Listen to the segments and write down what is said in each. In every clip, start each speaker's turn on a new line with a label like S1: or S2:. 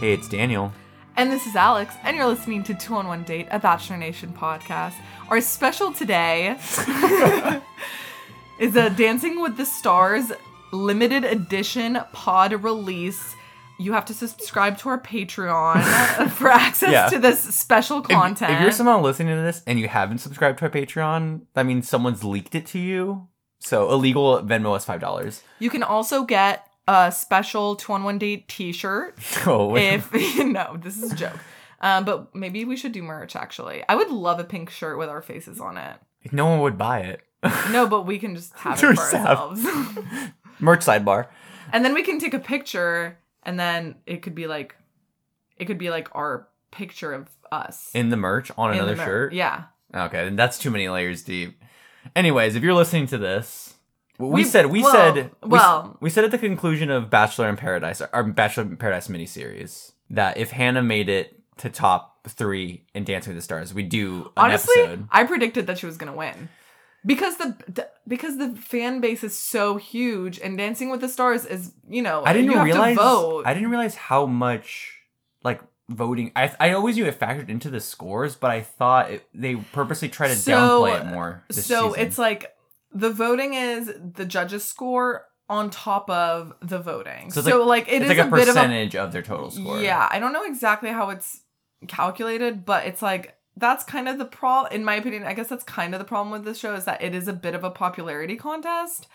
S1: Hey, it's Daniel.
S2: And this is Alex, and you're listening to 211 Date, a Bachelor Nation podcast. Our special today is a Dancing with the Stars limited edition pod release. You have to subscribe to our Patreon for access
S1: Yeah.
S2: to this special
S1: If-
S2: content.
S1: If, you're somehow listening to this and you haven't subscribed to our Patreon, that means someone's leaked it to you. So illegal Venmo us five dollars.
S2: you can also get a special 211 Date t shirt
S1: Oh,
S2: if no, this is a joke. Um, but maybe we should do merch actually. I would love a pink shirt with our faces on it.
S1: no one would buy it.
S2: No, but we can just have
S1: You're
S2: it for
S1: sad.
S2: ourselves.
S1: Merch sidebar.
S2: and then we can take a picture and then it could be like it could be like our picture of us.
S1: in the merch on
S2: in the
S1: another
S2: mirror.
S1: shirt.
S2: Yeah.
S1: Okay, then that's too many layers deep. Anyways, if you're listening to this, we,
S2: We-
S1: said we
S2: well,
S1: said we,
S2: well.
S1: we said at the conclusion of Bachelor in Paradise, our Bachelor in Paradise miniseries, that if Hannah made it to top three in Dancing with the Stars, we do an
S2: Honestly,
S1: episode.
S2: I predicted that she was going to win. Because the, the- because the fan base is so huge and Dancing with the Stars is, you know,
S1: I didn't
S2: you have
S1: realize.
S2: to vote.
S1: I didn't realize how much like voting. I I always knew it factored into the scores, but I thought it, they purposely tried to
S2: So-
S1: downplay it more. This
S2: so
S1: season.
S2: it's like the voting is the judges score on top of the voting.
S1: So
S2: So,
S1: it's
S2: like, it
S1: it's
S2: is
S1: like a,
S2: a, bit of a
S1: percentage of their total score.
S2: yeah. I don't know exactly how it's calculated, but it's like that's kind of the problem. In my opinion, I guess that's kind of the problem with this show is that it is a bit of a popularity contest.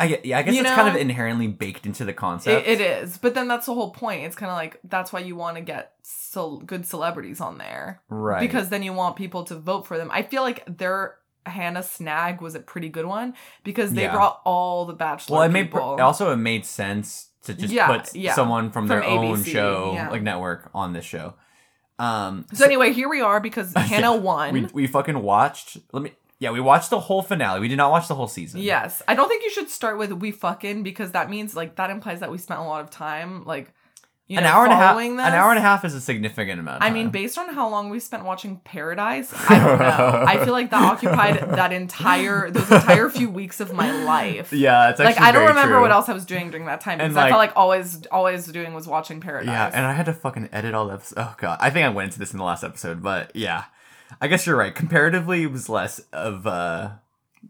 S1: I gue- yeah, I guess
S2: You
S1: it's kind of
S2: know?
S1: inherently baked into the
S2: It,
S1: concept.
S2: it is, but then that's the whole point. It's kind of like that's why you want to get so good celebrities on there.
S1: right
S2: because then you want people to vote for them. I feel like their Hannah Snag was a pretty good one because they
S1: Yeah.
S2: brought all the Bachelor
S1: well, it made
S2: people.
S1: also it made sense to just
S2: Yeah,
S1: put
S2: yeah.
S1: someone from, their
S2: From
S1: own
S2: ABC,
S1: show
S2: yeah.
S1: like network on this show. Um,
S2: so anyway, here we are because
S1: Yeah,
S2: Hannah won.
S1: we we fucking watched. Let me. Yeah, we watched the whole finale. We did not watch the whole season.
S2: yes, I don't think you should start with "we fucking" because that means like that implies that we spent a lot of time like you know,
S1: an hour and a half.
S2: following
S1: An hour and a
S2: this.
S1: half is a significant amount. Of
S2: I
S1: time.
S2: mean, based on how long we spent watching Paradise, I don't know. I feel like that occupied that entire those entire few weeks of my life.
S1: yeah, it's actually
S2: like I don't
S1: very
S2: remember
S1: true.
S2: what else I was doing during that time because
S1: And,
S2: I felt
S1: like-
S2: like always always doing was watching Paradise.
S1: Yeah, and I had to fucking edit all that. Oh god, I think I went into this in the last episode, but yeah, I guess you're right. Comparatively, it was less of uh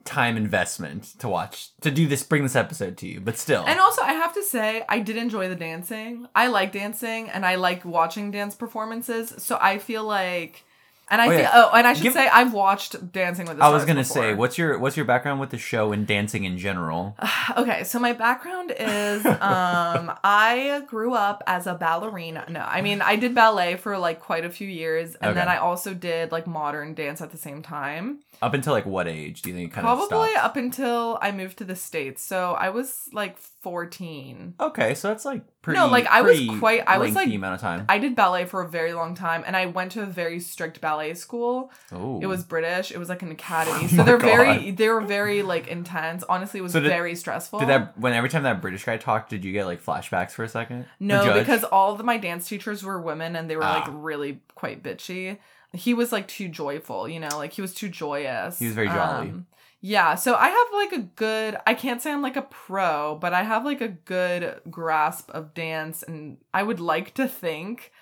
S1: time investment to watch to do this, bring this episode to you. But still,
S2: And also I have to say I did enjoy the dancing. I like dancing and I like watching dance performances. So I feel like and I
S1: Oh,
S2: feel
S1: yeah.
S2: oh and I should
S1: Give-
S2: say I've watched Dancing with the
S1: I was
S2: Stars
S1: gonna
S2: before.
S1: say, what's your what's your background with the show and dancing in general?
S2: Okay, so my background is um I grew up as a ballerina. No, I mean I did ballet for like quite a few years and then
S1: Okay.
S2: I also did like modern dance at the same time.
S1: Up until like what age do you think it kind
S2: Probably
S1: of stopped?
S2: up until I moved to the States. So I was like 14.
S1: Okay, so that's like pretty.
S2: No, like, I was
S1: pretty
S2: quite- I was,
S1: lengthy
S2: like-
S1: amount of time.
S2: I did ballet for a very long time and I went to a very strict ballet school.
S1: oh,
S2: It was British. It was like an academy.
S1: Oh
S2: So
S1: my
S2: they're very
S1: God.
S2: they were very like intense. Honestly, it was
S1: So did-
S2: very stressful.
S1: Did that when every time that British guy talked, did you get like flashbacks for a second? The
S2: no,
S1: judge?
S2: because all of my dance teachers were women and they were like
S1: Ah.
S2: really quite bitchy. He was like too joyful, you know, like he was too joyous. Um,
S1: He was very jolly.
S2: yeah, so I have like a good, I can't say I'm like a pro, but I have like a good grasp of dance and I would like to think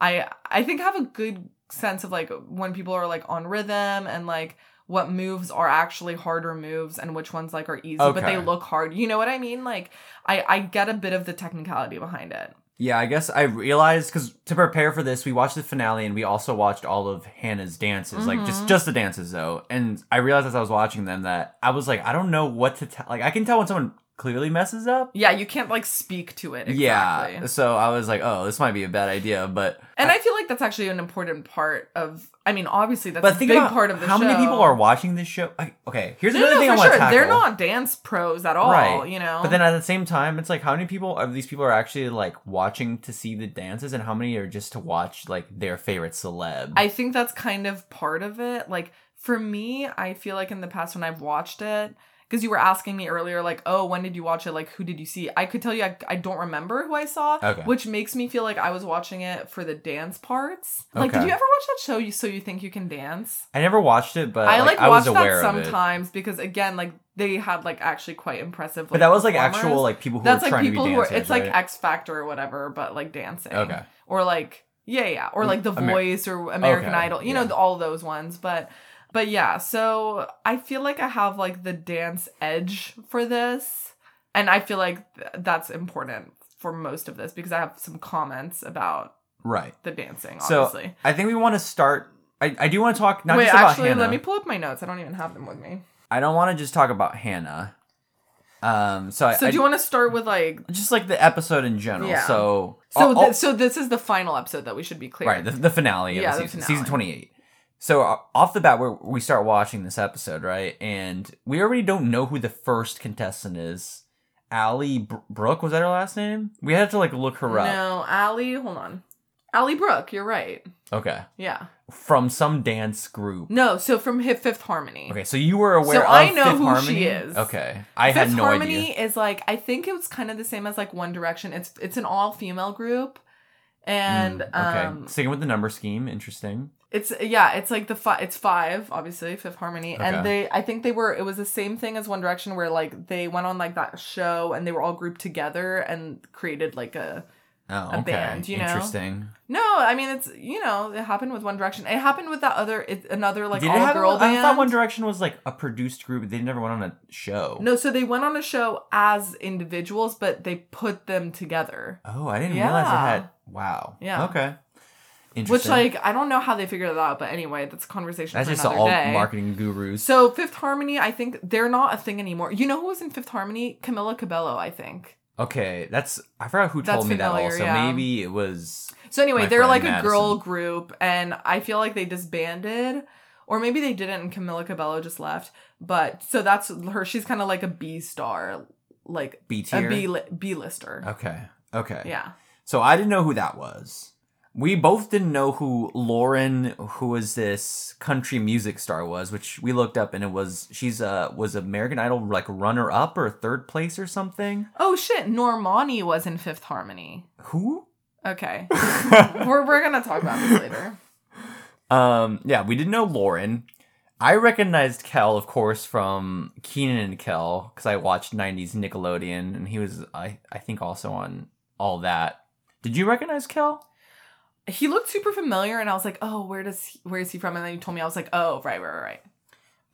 S2: I I think I have a good sense of like when people are like on rhythm and like what moves are actually harder moves and which ones like are easy but
S1: Okay.
S2: they look hard. You know what I mean? Like I I get a bit of the technicality behind it.
S1: Yeah, I guess I realized because to prepare for this, we watched the finale and we also watched all of Hannah's dances, like just
S2: Mhm.
S1: just the dances though. And I realized as I was watching them that I was like, I don't know what to tell. Like, I can tell when someone clearly messes up.
S2: Yeah, you can't like speak to it exactly.
S1: Yeah, so I was like, oh, this might be a bad idea, but
S2: And I feel like that's actually an important part of. I mean, obviously that's
S1: but
S2: a
S1: think
S2: big
S1: about
S2: part of the
S1: how
S2: show.
S1: many people are watching this show. Like, okay, here's
S2: No,
S1: another
S2: no,
S1: thing I
S2: for
S1: want to
S2: sure.
S1: tackle.
S2: They're not dance pros at all.
S1: Right.
S2: You know.
S1: But then at the same time, it's like how many people of these people are actually like watching to see the dances, and how many are just to watch like their favorite celeb?
S2: I think that's kind of part of it. Like for me, I feel like in the past when I've watched it, because you were asking me earlier, like, oh, when did you watch it? Like, who did you see? I could tell you I, I don't remember who I saw,
S1: Okay.
S2: which makes me feel like I was watching it for the dance parts. Like, did
S1: Okay.
S2: you ever watch that show? You so you think you can dance?
S1: I never watched it, but
S2: I like,
S1: Uh, I
S2: watch
S1: was aware
S2: that
S1: of it.
S2: sometimes because again, like they had like actually quite impressive. Like,
S1: but that was like
S2: performers.
S1: actual like people who
S2: That's
S1: were
S2: like
S1: trying
S2: people
S1: to be
S2: who are.
S1: dancers.
S2: It's like
S1: right?
S2: X Factor or whatever, but like dancing.
S1: okay.
S2: Or like yeah, yeah. Or like The
S1: Mm-hmm. Amer-
S2: Voice or American
S1: Okay,
S2: Idol. You
S1: yeah.
S2: know all those ones, but. But yeah, so I feel like I have like the dance edge for this. And I feel like th- that's important for most of this because I have some comments about
S1: Right.
S2: the dancing,
S1: So,
S2: obviously.
S1: I think we want to start. I, I do want to talk not
S2: Wait,
S1: just about
S2: actually,
S1: Hannah.
S2: let me pull up my notes. I don't even have them with me.
S1: I don't want to just talk about Hannah. Um. So,
S2: So
S1: I,
S2: do you want to start with like
S1: just like the episode in general?
S2: Yeah.
S1: So
S2: so?
S1: I'll- I'll-
S2: thi- so this is the final episode that we should be clear.
S1: right the, the finale of
S2: Yeah,
S1: the
S2: the
S1: season,
S2: finale.
S1: season 28 so uh, off the bat where we start watching this episode right and we already don't know who the first contestant is Allie Br- Brooke was that her last name? We had to like look her up.
S2: No, Allie. Hold on, Allie Brooke. You're right.
S1: Okay,
S2: Yeah.
S1: from some dance group.
S2: No. So from Hi- Fifth Harmony.
S1: Okay, so you were aware
S2: So
S1: of
S2: I know
S1: Fifth
S2: who
S1: Harmony?
S2: she is.
S1: Okay, I
S2: Fifth
S1: had no idea.
S2: Harmony is like I think it was kind of the same as like One Direction. It's it's an all female group, and
S1: Mm, okay,
S2: um,
S1: sticking with the number scheme. Interesting.
S2: It's yeah, it's like the five. It's five, obviously Fifth Harmony,
S1: Okay.
S2: and they. I think they were. It was the same thing as One Direction, where like they went on like that show, and they were all grouped together and created like a.
S1: Oh,
S2: A
S1: okay.
S2: band, you know?
S1: Interesting.
S2: No, I mean it's you know it happened with One Direction. It happened with that other it, another like
S1: Did it
S2: all
S1: have?
S2: girl band.
S1: I thought One Direction was like a produced group. They never went on a show.
S2: no, so they went on a show as individuals, but they put them together.
S1: Oh, I didn't realize it
S2: Yeah.
S1: had. Wow.
S2: Yeah.
S1: Okay. Interesting.
S2: Which like I don't know how they figured that out, but anyway, that's a conversation
S1: that's
S2: for
S1: just
S2: another
S1: all
S2: day.
S1: marketing gurus.
S2: So Fifth Harmony, I think they're not a thing anymore. You know who was in Fifth Harmony? Camila Cabello, I think.
S1: okay, that's I forgot who
S2: That's
S1: told me
S2: familiar,
S1: that. Also,
S2: yeah.
S1: maybe it was.
S2: So anyway,
S1: My
S2: they're
S1: friend
S2: like a
S1: Madison.
S2: girl group, and I feel like they disbanded, or maybe they didn't, and Camila Cabello just left. But so that's her. She's kind of like a B star, like
S1: B
S2: a
S1: tier.
S2: B li- B lister.
S1: Okay. Okay.
S2: Yeah,
S1: So I didn't know who that was. We both didn't know who Lauren, who was this country music star, was, which we looked up, and it was she's uh was American Idol like runner up or third place or something.
S2: Oh shit, Normani was in Fifth Harmony.
S1: Who?
S2: Okay, we're we're gonna talk about this later.
S1: Um, yeah, we didn't know Lauren. I recognized Kel, of course, from Keenan and Kel because I watched '90s Nickelodeon, and he was, I, I think, also on all that. Did you recognize Kel?
S2: He looked super familiar, and I was like, oh, where does he, where is he from? And then you told me, I was like, oh, right, right, right, right.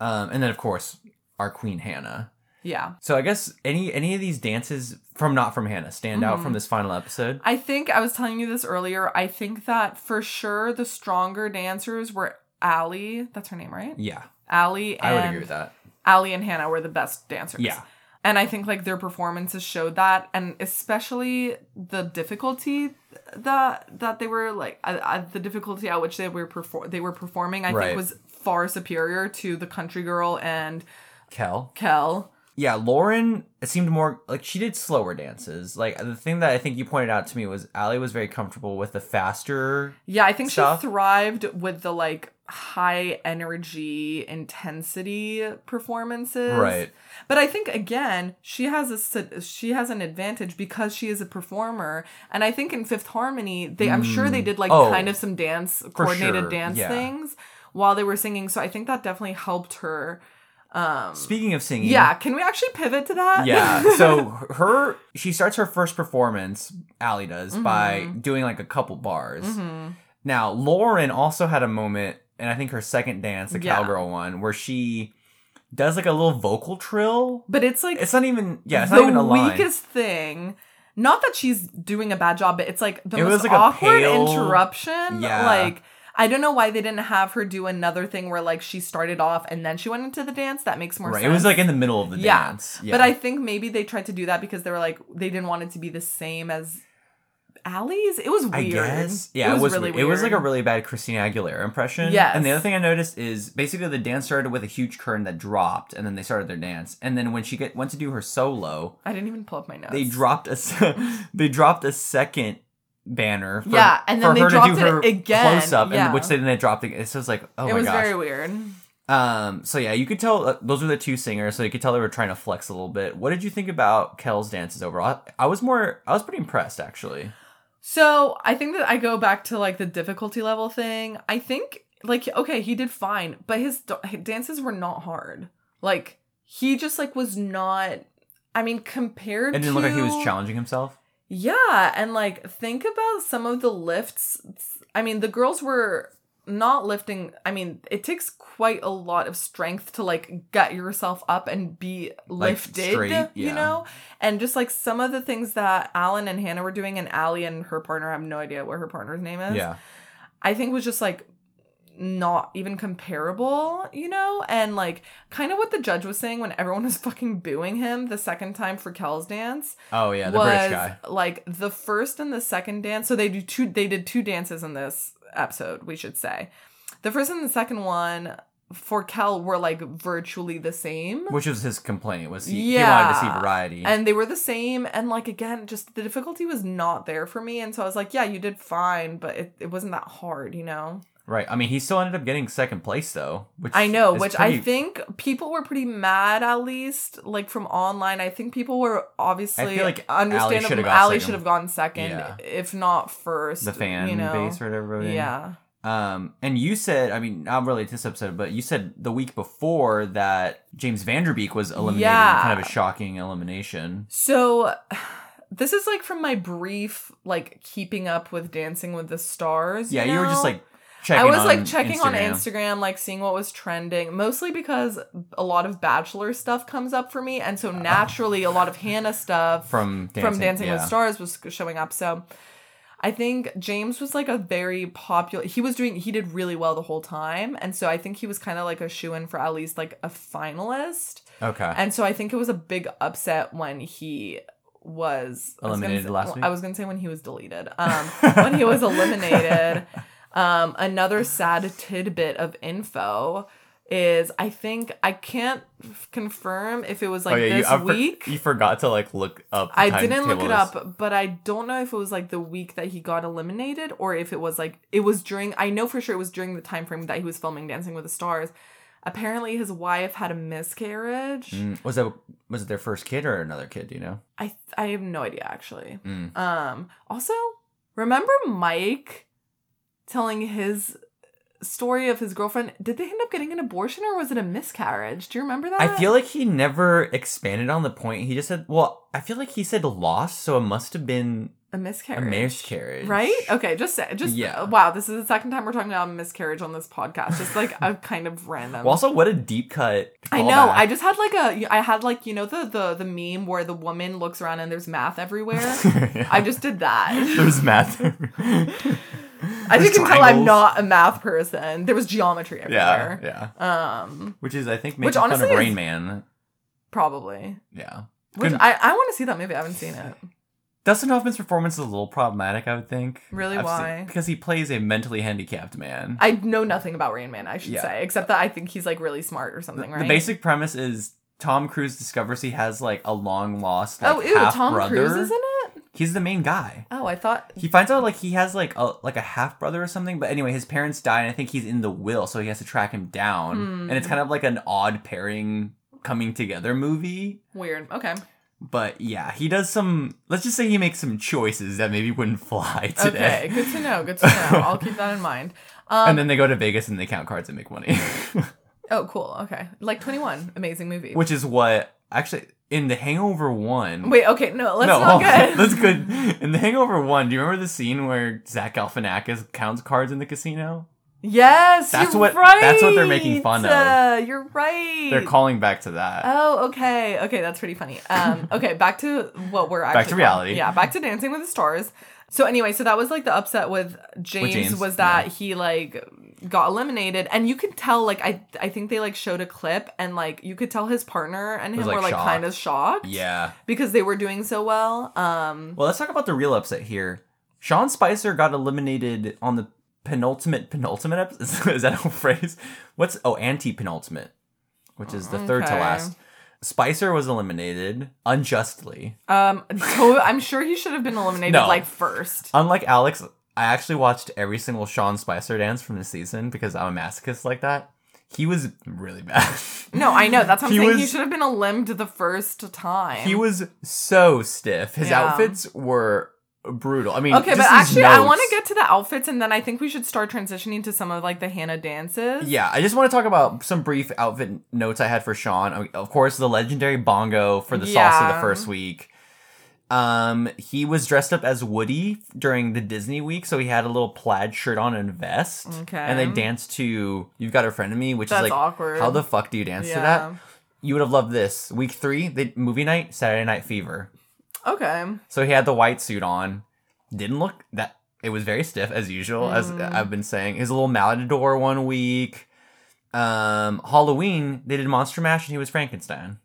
S1: Um, and then, of course, our Queen Hannah.
S2: Yeah.
S1: So I guess any any of these dances from not from Hannah stand out
S2: Mhm.
S1: from this final episode.
S2: I think I was telling you this earlier. I think that for sure the stronger dancers were Allie. That's her name, right?
S1: Yeah,
S2: Allie and
S1: I would agree with that.
S2: Allie and Hannah were the best dancers.
S1: Yeah,
S2: And I think like their performances showed that and especially the difficulty that that they were like uh, uh, the difficulty at which they were perfor- they were performing I
S1: Right.
S2: think was far superior to the country girl and
S1: Kel.
S2: Kel.
S1: yeah, Lauren it seemed more like she did slower dances. Like the thing that I think you pointed out to me was Allie was very comfortable with the faster.
S2: Yeah, I think
S1: Stuff.
S2: she thrived with the like high energy intensity performances. But I think again, she has a s- she has an advantage because she is a performer, and I think in Fifth Harmony, they I'm sure they did like
S1: Oh.
S2: kind of some dance coordinated
S1: sure,
S2: dance
S1: yeah.
S2: things while they were singing. So I think that definitely helped her. Um,
S1: Speaking of singing,
S2: yeah, can we actually pivot to that?
S1: yeah. So her she starts her first performance, Allie does,
S2: Mm-hmm.
S1: by doing like a couple bars.
S2: Mhm.
S1: Now, Lauren also had a moment, and I think her second dance, the
S2: Yeah.
S1: cowgirl one, where she does like a little vocal trill.
S2: but it's like
S1: It's not even yeah, it's
S2: the
S1: not even a line.
S2: weakest thing. Not that she's doing a bad job, but it's like the
S1: It was,
S2: most
S1: like, a
S2: awkward
S1: pale-
S2: interruption.
S1: Yeah.
S2: Like I don't know why they didn't have her do another thing where like she started off and then she went into the dance. That makes more
S1: right.
S2: sense.
S1: It was like in the middle of the
S2: Yeah,
S1: dance.
S2: But I think maybe they tried to do that because they were like they didn't want it to be the same as Allie's. It was weird.
S1: I guess. Yeah, it was,
S2: really
S1: weird. It was like a
S2: weird.
S1: really bad Christina Aguilera impression.
S2: Yes.
S1: And the other thing I noticed is basically the dance started with a huge curtain that dropped, and then they started their dance. And then when she get, went to do her solo,
S2: I didn't even pull up my notes.
S1: they dropped a se- they dropped a second banner. For,
S2: Yeah, and then
S1: for
S2: they
S1: her
S2: dropped
S1: to
S2: it
S1: do her
S2: again,
S1: close up,
S2: yeah.
S1: and which they- then they dropped. It so it's like, oh
S2: It
S1: my
S2: was
S1: gosh.
S2: very weird.
S1: Um, so yeah, you could tell uh, those were the two singers, so you could tell they were trying to flex a little bit. What did you think about Kel's dances overall? I, I was more, I was pretty impressed actually.
S2: So I think that I go back to like the difficulty level thing. I think like okay, he did fine, but his, d- his dances were not hard. Like he just like was not. I mean, compared
S1: It didn't
S2: to,
S1: look like he was challenging himself.
S2: Yeah, and like think about some of the lifts. I mean, the girls were not lifting. I mean, it takes quite a lot of strength to like get yourself up and be
S1: Like,
S2: lifted,
S1: straight, yeah.
S2: you know? And just like some of the things that Alan and Hannah were doing, and Allie and her partner, I have no idea what her partner's name is.
S1: Yeah,
S2: I think was just like not even comparable, you know? And like kind of what the judge was saying when everyone was fucking booing him the second time for Kel's dance
S1: oh yeah, the
S2: was
S1: British guy.
S2: like the first and the second dance. So they do two. They did two dances in this episode. We should say, the first and the second one for Kel were like virtually the same,
S1: Which was his complaint was he, he wanted to see
S2: Yeah.
S1: variety.
S2: and they were the same. And like again, just the difficulty was not there for me. And so I was like, yeah, you did fine, but it, it wasn't that hard, you know.
S1: right. I mean, he still ended up getting second place though. Which
S2: I know,
S1: is
S2: which I
S1: pretty-
S2: think people were pretty mad at least, like from online. I think people were obviously
S1: I feel like Ally should've
S2: understandable.
S1: gone
S2: Ali
S1: second.
S2: should have gone second,
S1: Yeah.
S2: if not first.
S1: the fan
S2: you know?
S1: base or whatever.
S2: Yeah.
S1: Um, and you said, I mean, not really to this episode, but you said the week before that James Vanderbeek was eliminated,
S2: Yeah.
S1: kind of a shocking elimination.
S2: So this is like from my brief like keeping up with dancing with the stars.
S1: Yeah, you were just
S2: know?
S1: like checking.
S2: I was
S1: on
S2: like checking
S1: Instagram.
S2: on Instagram, like seeing what was trending, mostly because a lot of bachelor stuff comes up for me, and so naturally a lot of Hannah stuff
S1: from Uh, dancing,
S2: from Dancing with
S1: yeah.
S2: Stars was showing up. So I think James was like a very popular. He was doing. He did really well the whole time, and so I think he was kind of like a shoe in for at least like a finalist.
S1: Okay,
S2: And so I think it was a big upset when he was I was gonna
S1: Eliminated
S2: say-
S1: last week?
S2: I was gonna say when he was deleted. Um, when he was eliminated. Um, another sad tidbit of info is I think I can't f- confirm if it was like this
S1: I for-
S2: week.
S1: Oh, you forgot to like look up. the
S2: I didn't look it
S1: timetables.
S2: up, but I don't know if it was like the week that he got eliminated or if it was like it was during I know for sure it was during the time frame that he was filming Dancing with the Stars. Apparently his wife had a miscarriage.
S1: Mm, was that was it their first kid or another kid? Do you know?
S2: I I have no idea actually.
S1: Mm.
S2: Um also remember Mike telling his story of his girlfriend did they end up getting an abortion or was it a miscarriage? Do you remember that?
S1: I feel like he never expanded on the point. He just said, "Well, I feel like he said lost, so it must have been
S2: a
S1: a
S2: miscarriage.
S1: miscarriage,
S2: Right? Okay, just say, just
S1: Yeah.
S2: yeah. wow, this is the second time we're talking about a miscarriage on this podcast. Just like a kind of random.
S1: Well, also, what a deep cut.
S2: I know.
S1: callback.
S2: I just had like a I had like, you know, the the the meme where the woman looks around and there's math everywhere.
S1: Yeah.
S2: I just did that.
S1: There's math.
S2: As you
S1: There's
S2: can tell, I'm
S1: triangles.
S2: not a math person. There was geometry
S1: Yeah,
S2: everywhere.
S1: yeah.
S2: Um,
S1: Which is, I think, making
S2: Which
S1: fun of
S2: honestly is-
S1: Rain Man.
S2: probably.
S1: Yeah.
S2: Which
S1: Good.
S2: I, I want to see that movie. I haven't seen it.
S1: Dustin Hoffman's performance is a little problematic, I would think.
S2: Really?
S1: I've seen-
S2: Why?
S1: because he plays a mentally handicapped man.
S2: I know nothing about Rain Man. I should
S1: Yeah.
S2: say, except that I think he's like really smart or
S1: The-
S2: something, right?
S1: The basic premise is Tom Cruise discovers he has like a long lost like,
S2: oh, ew! Tom
S1: half-brother.
S2: Cruise is in it.
S1: He's the main guy.
S2: Oh, I thought.
S1: He finds out like he has like a like a half brother or something, but anyway, his parents die, and I think he's in the will, so he has to track him down.
S2: Hmm.
S1: And it's kind of like an odd pairing coming together movie.
S2: Weird. Okay.
S1: But yeah, he does some. Let's just say he makes some choices that maybe wouldn't fly today.
S2: Okay. Good to know. Good to know. I'll keep that in mind. Um,
S1: and then they go to Vegas and they count cards and make money,
S2: oh, cool. Okay. Like Twenty One, amazing movie.
S1: which is what actually in the Hangover One.
S2: Wait. Okay. No. Let's
S1: no,
S2: not
S1: hold on.
S2: good.
S1: that's good. In the Hangover One, do you remember the scene where Zach Galifianakis counts cards in the casino?
S2: Yes.
S1: That's
S2: you're
S1: what-
S2: Right.
S1: that's what they're making fun of.
S2: Uh, you're right.
S1: They're calling back to that.
S2: Oh, okay. Okay, that's pretty funny. Um, okay, back to what we're actually
S1: to reality.
S2: Yeah, back to Dancing with the Stars. So anyway, so that was like the upset with James,
S1: James,
S2: was that he like got eliminated and you could tell like I I think they like showed a clip and like you could tell his partner and him
S1: Was, like,
S2: were like
S1: shocked.
S2: kind of shocked
S1: yeah.
S2: because they were doing so well. Um
S1: Well, let's talk about the real upset here. Sean Spicer got eliminated on the penultimate penultimate episode. Is that a phrase? What's oh anti penultimate, which is the third to
S2: Okay.
S1: last. Spicer was eliminated unjustly.
S2: um so I'm sure he should have been eliminated
S1: No.
S2: like first.
S1: Unlike Alex, I actually watched every single Sean Spicer dance from the season because I'm a masochist like that. He was really bad.
S2: No, I know. That's what I'm
S1: He
S2: saying. he
S1: was-
S2: should have been a limbed the first time.
S1: He was so stiff. His
S2: Yeah.
S1: outfits were brutal. I mean,
S2: Okay, but
S1: just his
S2: actually, I
S1: notes-
S2: want to get to the outfits, and then I think we should start transitioning to some of like the Hannah dances.
S1: Yeah, I just want to talk about some brief outfit notes I had for Sean. I mean, Of course, the legendary bongo for the salsa
S2: Yeah.
S1: the first week. Um, he was dressed up as Woody during the Disney week, so he had a little plaid shirt on and vest.
S2: Okay.
S1: And they danced to "You've Got a Friend in Me," which
S2: That's
S1: is like,
S2: awkward.
S1: how the fuck do you dance to that? You would have loved this week three. They movie night, Saturday Night Fever.
S2: Okay.
S1: So he had the white suit on. Didn't look that it was very stiff as usual, as
S2: Mm.
S1: I've been saying. His little Malador one week. Um Halloween, they did Monster Mash and he was Frankenstein.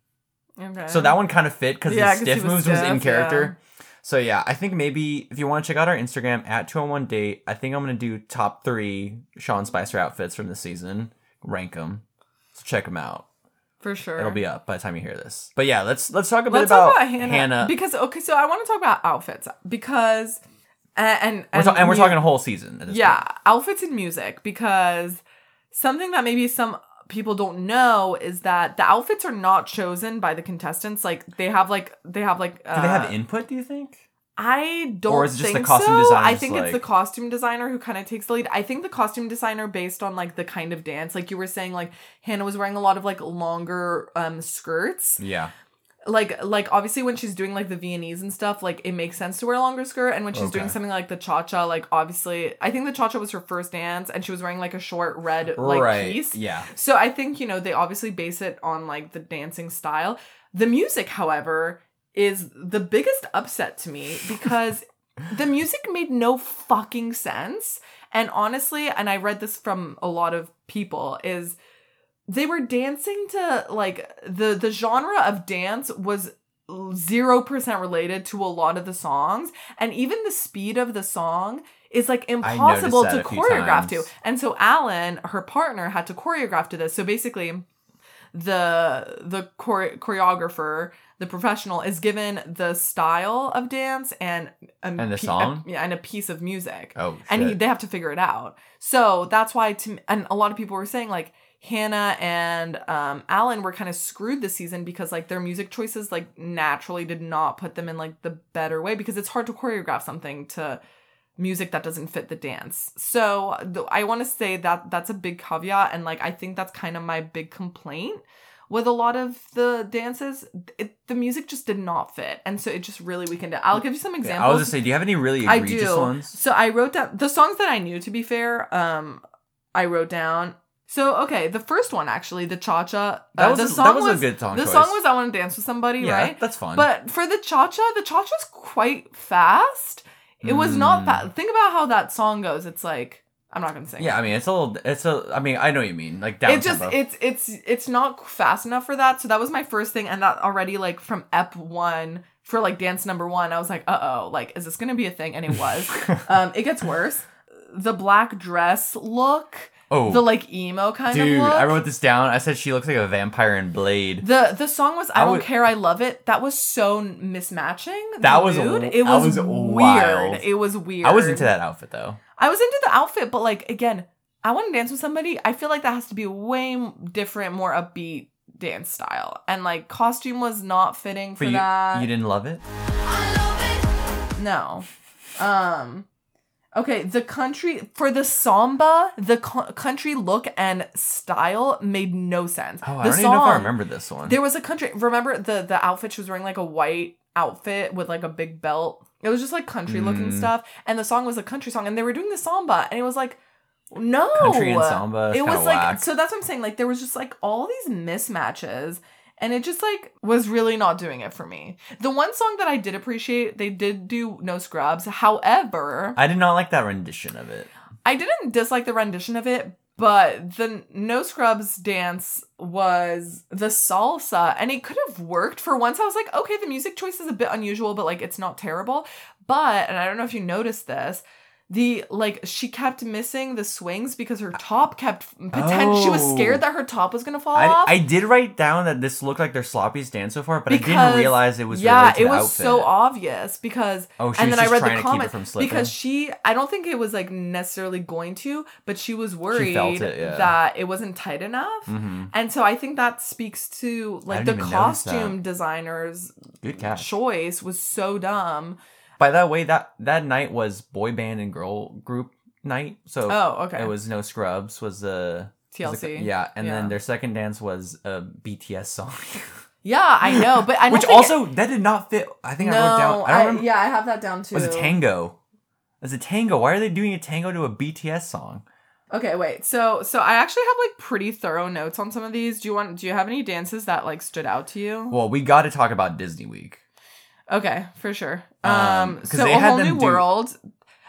S2: Okay.
S1: So that one kind of fit because
S2: Yeah,
S1: his
S2: 'cause he
S1: stiff
S2: was
S1: moves was in
S2: stiff,
S1: character. So yeah, I think maybe if you want to check out our Instagram at two on one date, I think I'm gonna do top three Sean Spicer outfits from the season. Rank them. So check them out.
S2: for sure.
S1: It'll be up by the time you hear this. But yeah, let's let's talk a bit
S2: Let's
S1: about,
S2: talk about Hannah,
S1: Hannah.
S2: because okay, so I want to talk about outfits because and and
S1: We're ta- and we're
S2: mu-
S1: talking a whole season. At this
S2: yeah outfits and music because something that maybe some people don't know is that the outfits are not chosen by the contestants like they have like they have like uh,
S1: Do they have input? Do you think?
S2: I don't
S1: Or is it just the
S2: think
S1: costume
S2: so.
S1: designer
S2: I
S1: just,
S2: think it's the
S1: like-
S2: costume designer who kind of takes the lead. I think the costume designer based on like the kind of dance like you were saying like Hannah was wearing a lot of like longer um skirts
S1: Yeah,
S2: like like obviously when she's doing like the Viennese and stuff, like it makes sense to wear a longer skirt. And when she's doing
S1: Okay.
S2: something like the cha cha, like obviously I think the cha cha was her first dance, and she was wearing like a short red like
S1: right.
S2: piece.
S1: Yeah,
S2: So I think you know they obviously base it on like the dancing style. The music, however, is the biggest upset to me because the music made no fucking sense. And honestly, and I read this from a lot of people is they were dancing to like the the genre of dance was 0% related to a lot of the songs and even the speed of the song is like
S1: noticed
S2: impossible
S1: that
S2: to
S1: a few times.
S2: choreograph to and so Alan, her partner, had to choreograph to this. So basically, the the chore- choreographer, the professional, is given the style of dance and a
S1: And the
S2: pi-
S1: song?
S2: a- yeah, and a piece of music.
S1: Oh,
S2: and he,
S1: shit.
S2: they have to figure it out. So that's why, to and a lot of people were saying like Hannah and um, Alan were kind of screwed this season because like their music choices like naturally did not put them in like the better way because it's hard to choreograph something to music that doesn't fit the dance. So th- I want to say that that's a big caveat and like I think that's kind of my big complaint with a lot of the dances it, the music just did not fit and so it just really weakened it. I'll give you some
S1: Mm, Yeah,
S2: examples.
S1: I was just saying, do you have any really
S2: I
S1: egregious
S2: do.
S1: ones?
S2: So I wrote down the songs that I knew to be fair. Um I wrote down so okay, the first one actually, the cha cha.
S1: That
S2: uh, the
S1: was a,
S2: song
S1: that was, a good song.
S2: the
S1: choice.
S2: song was I want to dance with somebody,
S1: yeah,
S2: right?
S1: that's fun.
S2: But for the cha cha, the cha cha's quite fast. It was not
S1: Mm.
S2: fast. Think about how that song goes. It's like I'm not gonna sing.
S1: yeah, I mean, it's a little. It's a. I mean, I know what you mean. Like down
S2: it just
S1: tempo.
S2: it's it's it's not fast enough for that. So that was my first thing, and that already like from ep one for like dance number one, I was like, uh oh, like is this gonna be a thing? And it was. um, it gets worse. The black dress look,
S1: oh,
S2: the like emo kind
S1: dude,
S2: of look.
S1: I wrote this down. I said she looks like a vampire in Blade.
S2: The the song was
S1: I
S2: I, don't
S1: would-
S2: care I love it. That was so mismatching. the
S1: That was a-
S2: mood.
S1: that was wild.
S2: It was weird.
S1: I was into that outfit though.
S2: I was into the outfit, but like again, I want to dance with somebody. I feel like that has to be a way m- different, more upbeat dance style, and like costume was not fitting for
S1: But you,
S2: that.
S1: you didn't love it.
S2: no, um. Okay, the country for the samba, the co- country look and style made no sense.
S1: Oh, I
S2: the
S1: don't even know if I
S2: song-
S1: remember this one.
S2: there was a country. Remember the the outfit she was wearing like a white outfit with like a big belt. It was just like country looking
S1: Mm.
S2: stuff, and the song was a country song, and they were doing the samba, and it was like, no,
S1: Country and samba. it's
S2: It
S1: kinda
S2: was like
S1: whack.
S2: so. That's what I'm saying. Like there was just like all these mismatches, and it just like was really not doing it for me. The one song that I did appreciate, they did do no scrubs. However,
S1: I did not like that rendition of it.
S2: I didn't dislike the rendition of it, but the No Scrubs dance was the salsa, and it could have worked for once. I was like, okay, the music choice is a bit unusual, but like it's not terrible. But, and I don't know if you noticed this, the like she kept missing the swings because her top kept pretend she was
S1: Oh.
S2: scared that her top was gonna fall
S1: I,
S2: off.
S1: I did write down that this looked like their sloppiest dance so far, but I
S2: Because-
S1: didn't realize it was
S2: yeah,
S1: related to
S2: it
S1: the
S2: was
S1: outfit.
S2: so obvious because
S1: Oh, she
S2: and
S1: was
S2: then I
S1: just
S2: read
S1: trying
S2: the
S1: to keep it
S2: comment
S1: from slipping.
S2: because she I don't think it was like necessarily going to, but she was worried
S1: felt it, yeah.
S2: that it wasn't tight enough.
S1: hmm
S2: And so I think that speaks to like the
S1: didn't even notice that.
S2: costume designer's
S1: Good catch.
S2: choice was so dumb.
S1: By that way, that that night was boy band and girl group night, so
S2: Oh, okay.
S1: it was no scrubs. Was a
S2: TLC.
S1: was a- yeah, and
S2: Yeah.
S1: then their second dance was a BTS song,
S2: Yeah, I know, but I don't
S1: which
S2: think
S1: also that did not fit. I think
S2: no,
S1: I wrote down. I don't remember.
S2: yeah, I have that down too.
S1: was a tango. It was a tango. Why are they doing a tango to a BTS song?
S2: Okay, wait. So, so I actually have like pretty thorough notes on some of these. Do you want? Do you have any dances that like stood out to you?
S1: Well, we got to talk about Disney Week.
S2: Okay, for sure.
S1: Um,
S2: Um,
S1: 'cause
S2: so
S1: they
S2: a
S1: had
S2: whole
S1: them
S2: new
S1: do-
S2: world.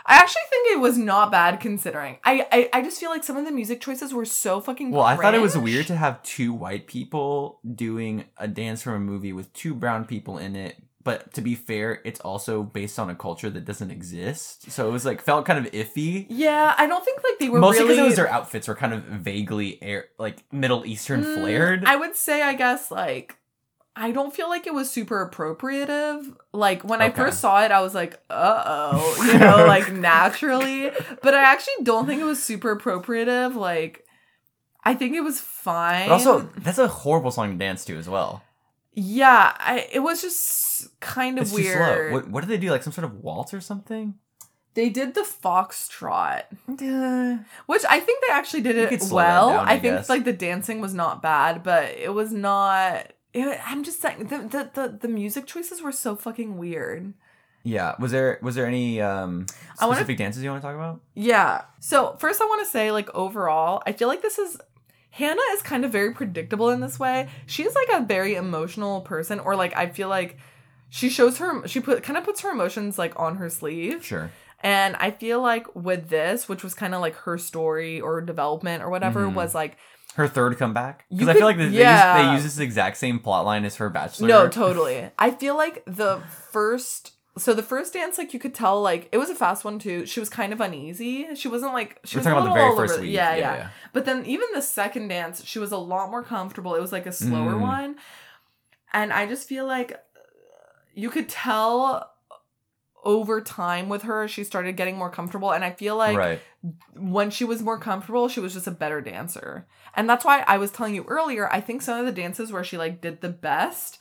S2: I actually think it was not bad considering. I, I I just feel like some of the music choices were so fucking.
S1: Well, I thought it was
S2: cringe.
S1: weird to have two white people doing a dance from a movie with two brown people in it. But to be fair, it's also based on a culture that doesn't exist. So it was like felt kind of iffy.
S2: Yeah, I don't think like they were
S1: Mostly because
S2: really.
S1: it was their outfits were kind of vaguely air, like Middle Eastern
S2: Mm,
S1: flared.
S2: I would say, I guess, like, I don't feel like it was super appropriative. Like, when I
S1: Okay.
S2: first saw it, I was like, uh oh, you know, like naturally. But I actually don't think it was super appropriative. Like, I think it was fine.
S1: but also, that's a horrible song to dance to as well.
S2: yeah, I, it was just kind of
S1: It's too slow.
S2: weird.
S1: What, what did they do? Like some sort of waltz or something?
S2: They did the foxtrot,
S1: Duh.
S2: which I think they actually did
S1: You
S2: it
S1: could slow that
S2: well.
S1: down,
S2: I,
S1: I
S2: think
S1: guess.
S2: like the dancing was not bad, but it was not. It, I'm just saying the, the the the music choices were so fucking weird.
S1: Yeah. Was there was there any um
S2: I wanna-
S1: specific dances you want to talk about?
S2: Yeah. So first, I want to say like overall, I feel like this is Hannah is kind of very predictable in this way. She's like a very emotional person, or like I feel like she shows her she put kind of puts her emotions like on her sleeve.
S1: Sure.
S2: And I feel like with this, which was kind of like her story or development or whatever,
S1: Mhm.
S2: was like
S1: Her third comeback?
S2: You
S1: Because I
S2: could-
S1: feel like they, they, use,
S2: yeah.
S1: they use this exact same plot line as her Bachelor.
S2: No, totally. I feel like the first so the first dance, like you could tell, like it was a fast one too. She was kind of uneasy. She wasn't like she
S1: We're
S2: was a
S1: talking about the
S2: little
S1: very
S2: all
S1: first
S2: over-
S1: week.
S2: Yeah, yeah, But then even the second dance, she was a lot more comfortable. It was like a slower
S1: Mm.
S2: one, and I just feel like uh, you could tell over time with her she started getting more comfortable and i feel like
S1: right.
S2: when she was more comfortable, she was just a better dancer. And that's why I was telling you earlier, I think some of the dances where she like did the best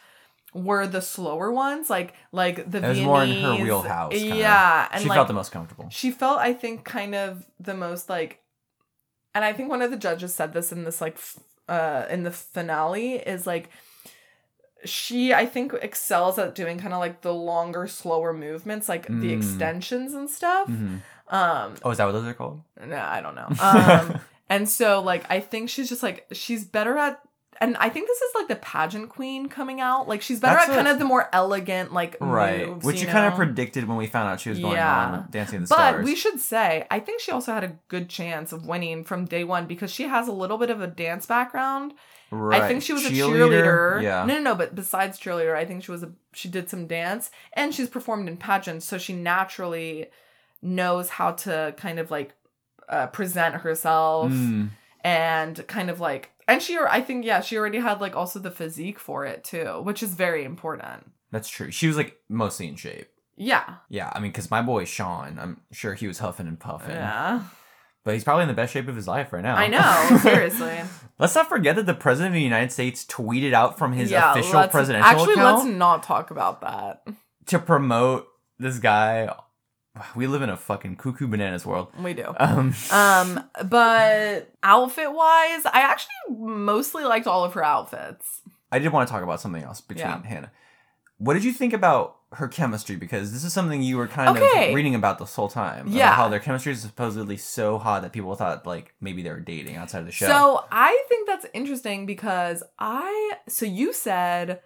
S2: were the slower ones, like like the
S1: It was
S2: Viennese.
S1: more in her wheelhouse, kinda.
S2: Yeah, and
S1: She
S2: like
S1: felt the most comfortable.
S2: she felt I think kind of the most like and I think one of the judges said this in this like f- uh in the finale is like she I think excels at doing kind of like the longer slower movements like the
S1: Mm.
S2: extensions and stuff.
S1: Mhm.
S2: Um
S1: Oh, is that what those are called?
S2: no, I don't know. Um, and so like I think she's just like she's better at and I think this is like the pageant queen coming out. Like she's better
S1: That's
S2: at
S1: what-
S2: kind of the more elegant like
S1: right.
S2: moves,
S1: Which
S2: you
S1: you, kind
S2: know?
S1: of predicted when we found out she was going
S2: Yeah.
S1: on with Dancing in the
S2: But
S1: Stars.
S2: we should say I think she also had a good chance of winning from day one because she has a little bit of a dance background.
S1: right.
S2: I think she was a cheerleader.
S1: Yeah.
S2: No, no, no. But besides cheerleader, I think she was a she did some dance and she's performed in pageants, so she naturally knows how to kind of like uh, present herself
S1: Mm.
S2: and kind of like and she i think yeah she already had like also the physique for it too which is very important
S1: That's true. She was like mostly in shape.
S2: yeah
S1: Yeah, I mean, because my boy Sean, I'm sure he was huffing and puffing.
S2: yeah
S1: But he's probably in the best shape of his life right now.
S2: i know seriously
S1: Let's not forget that the president of the United States tweeted out from his
S2: yeah,
S1: official
S2: let's-
S1: presidential
S2: actually
S1: account
S2: let's not talk about that
S1: to promote this guy. We live in a fucking cuckoo bananas world.
S2: we do
S1: Um,
S2: um but outfit wise i actually mostly liked all of her outfits
S1: I did want to talk about something else between
S2: Yeah.
S1: Hannah. What did you think about her chemistry? Because this is something you were kind
S2: Okay.
S1: of reading about this whole time. about
S2: Yeah.
S1: how their chemistry is supposedly so hot that people thought like maybe they were dating outside of the show.
S2: so i think that's interesting because i so you said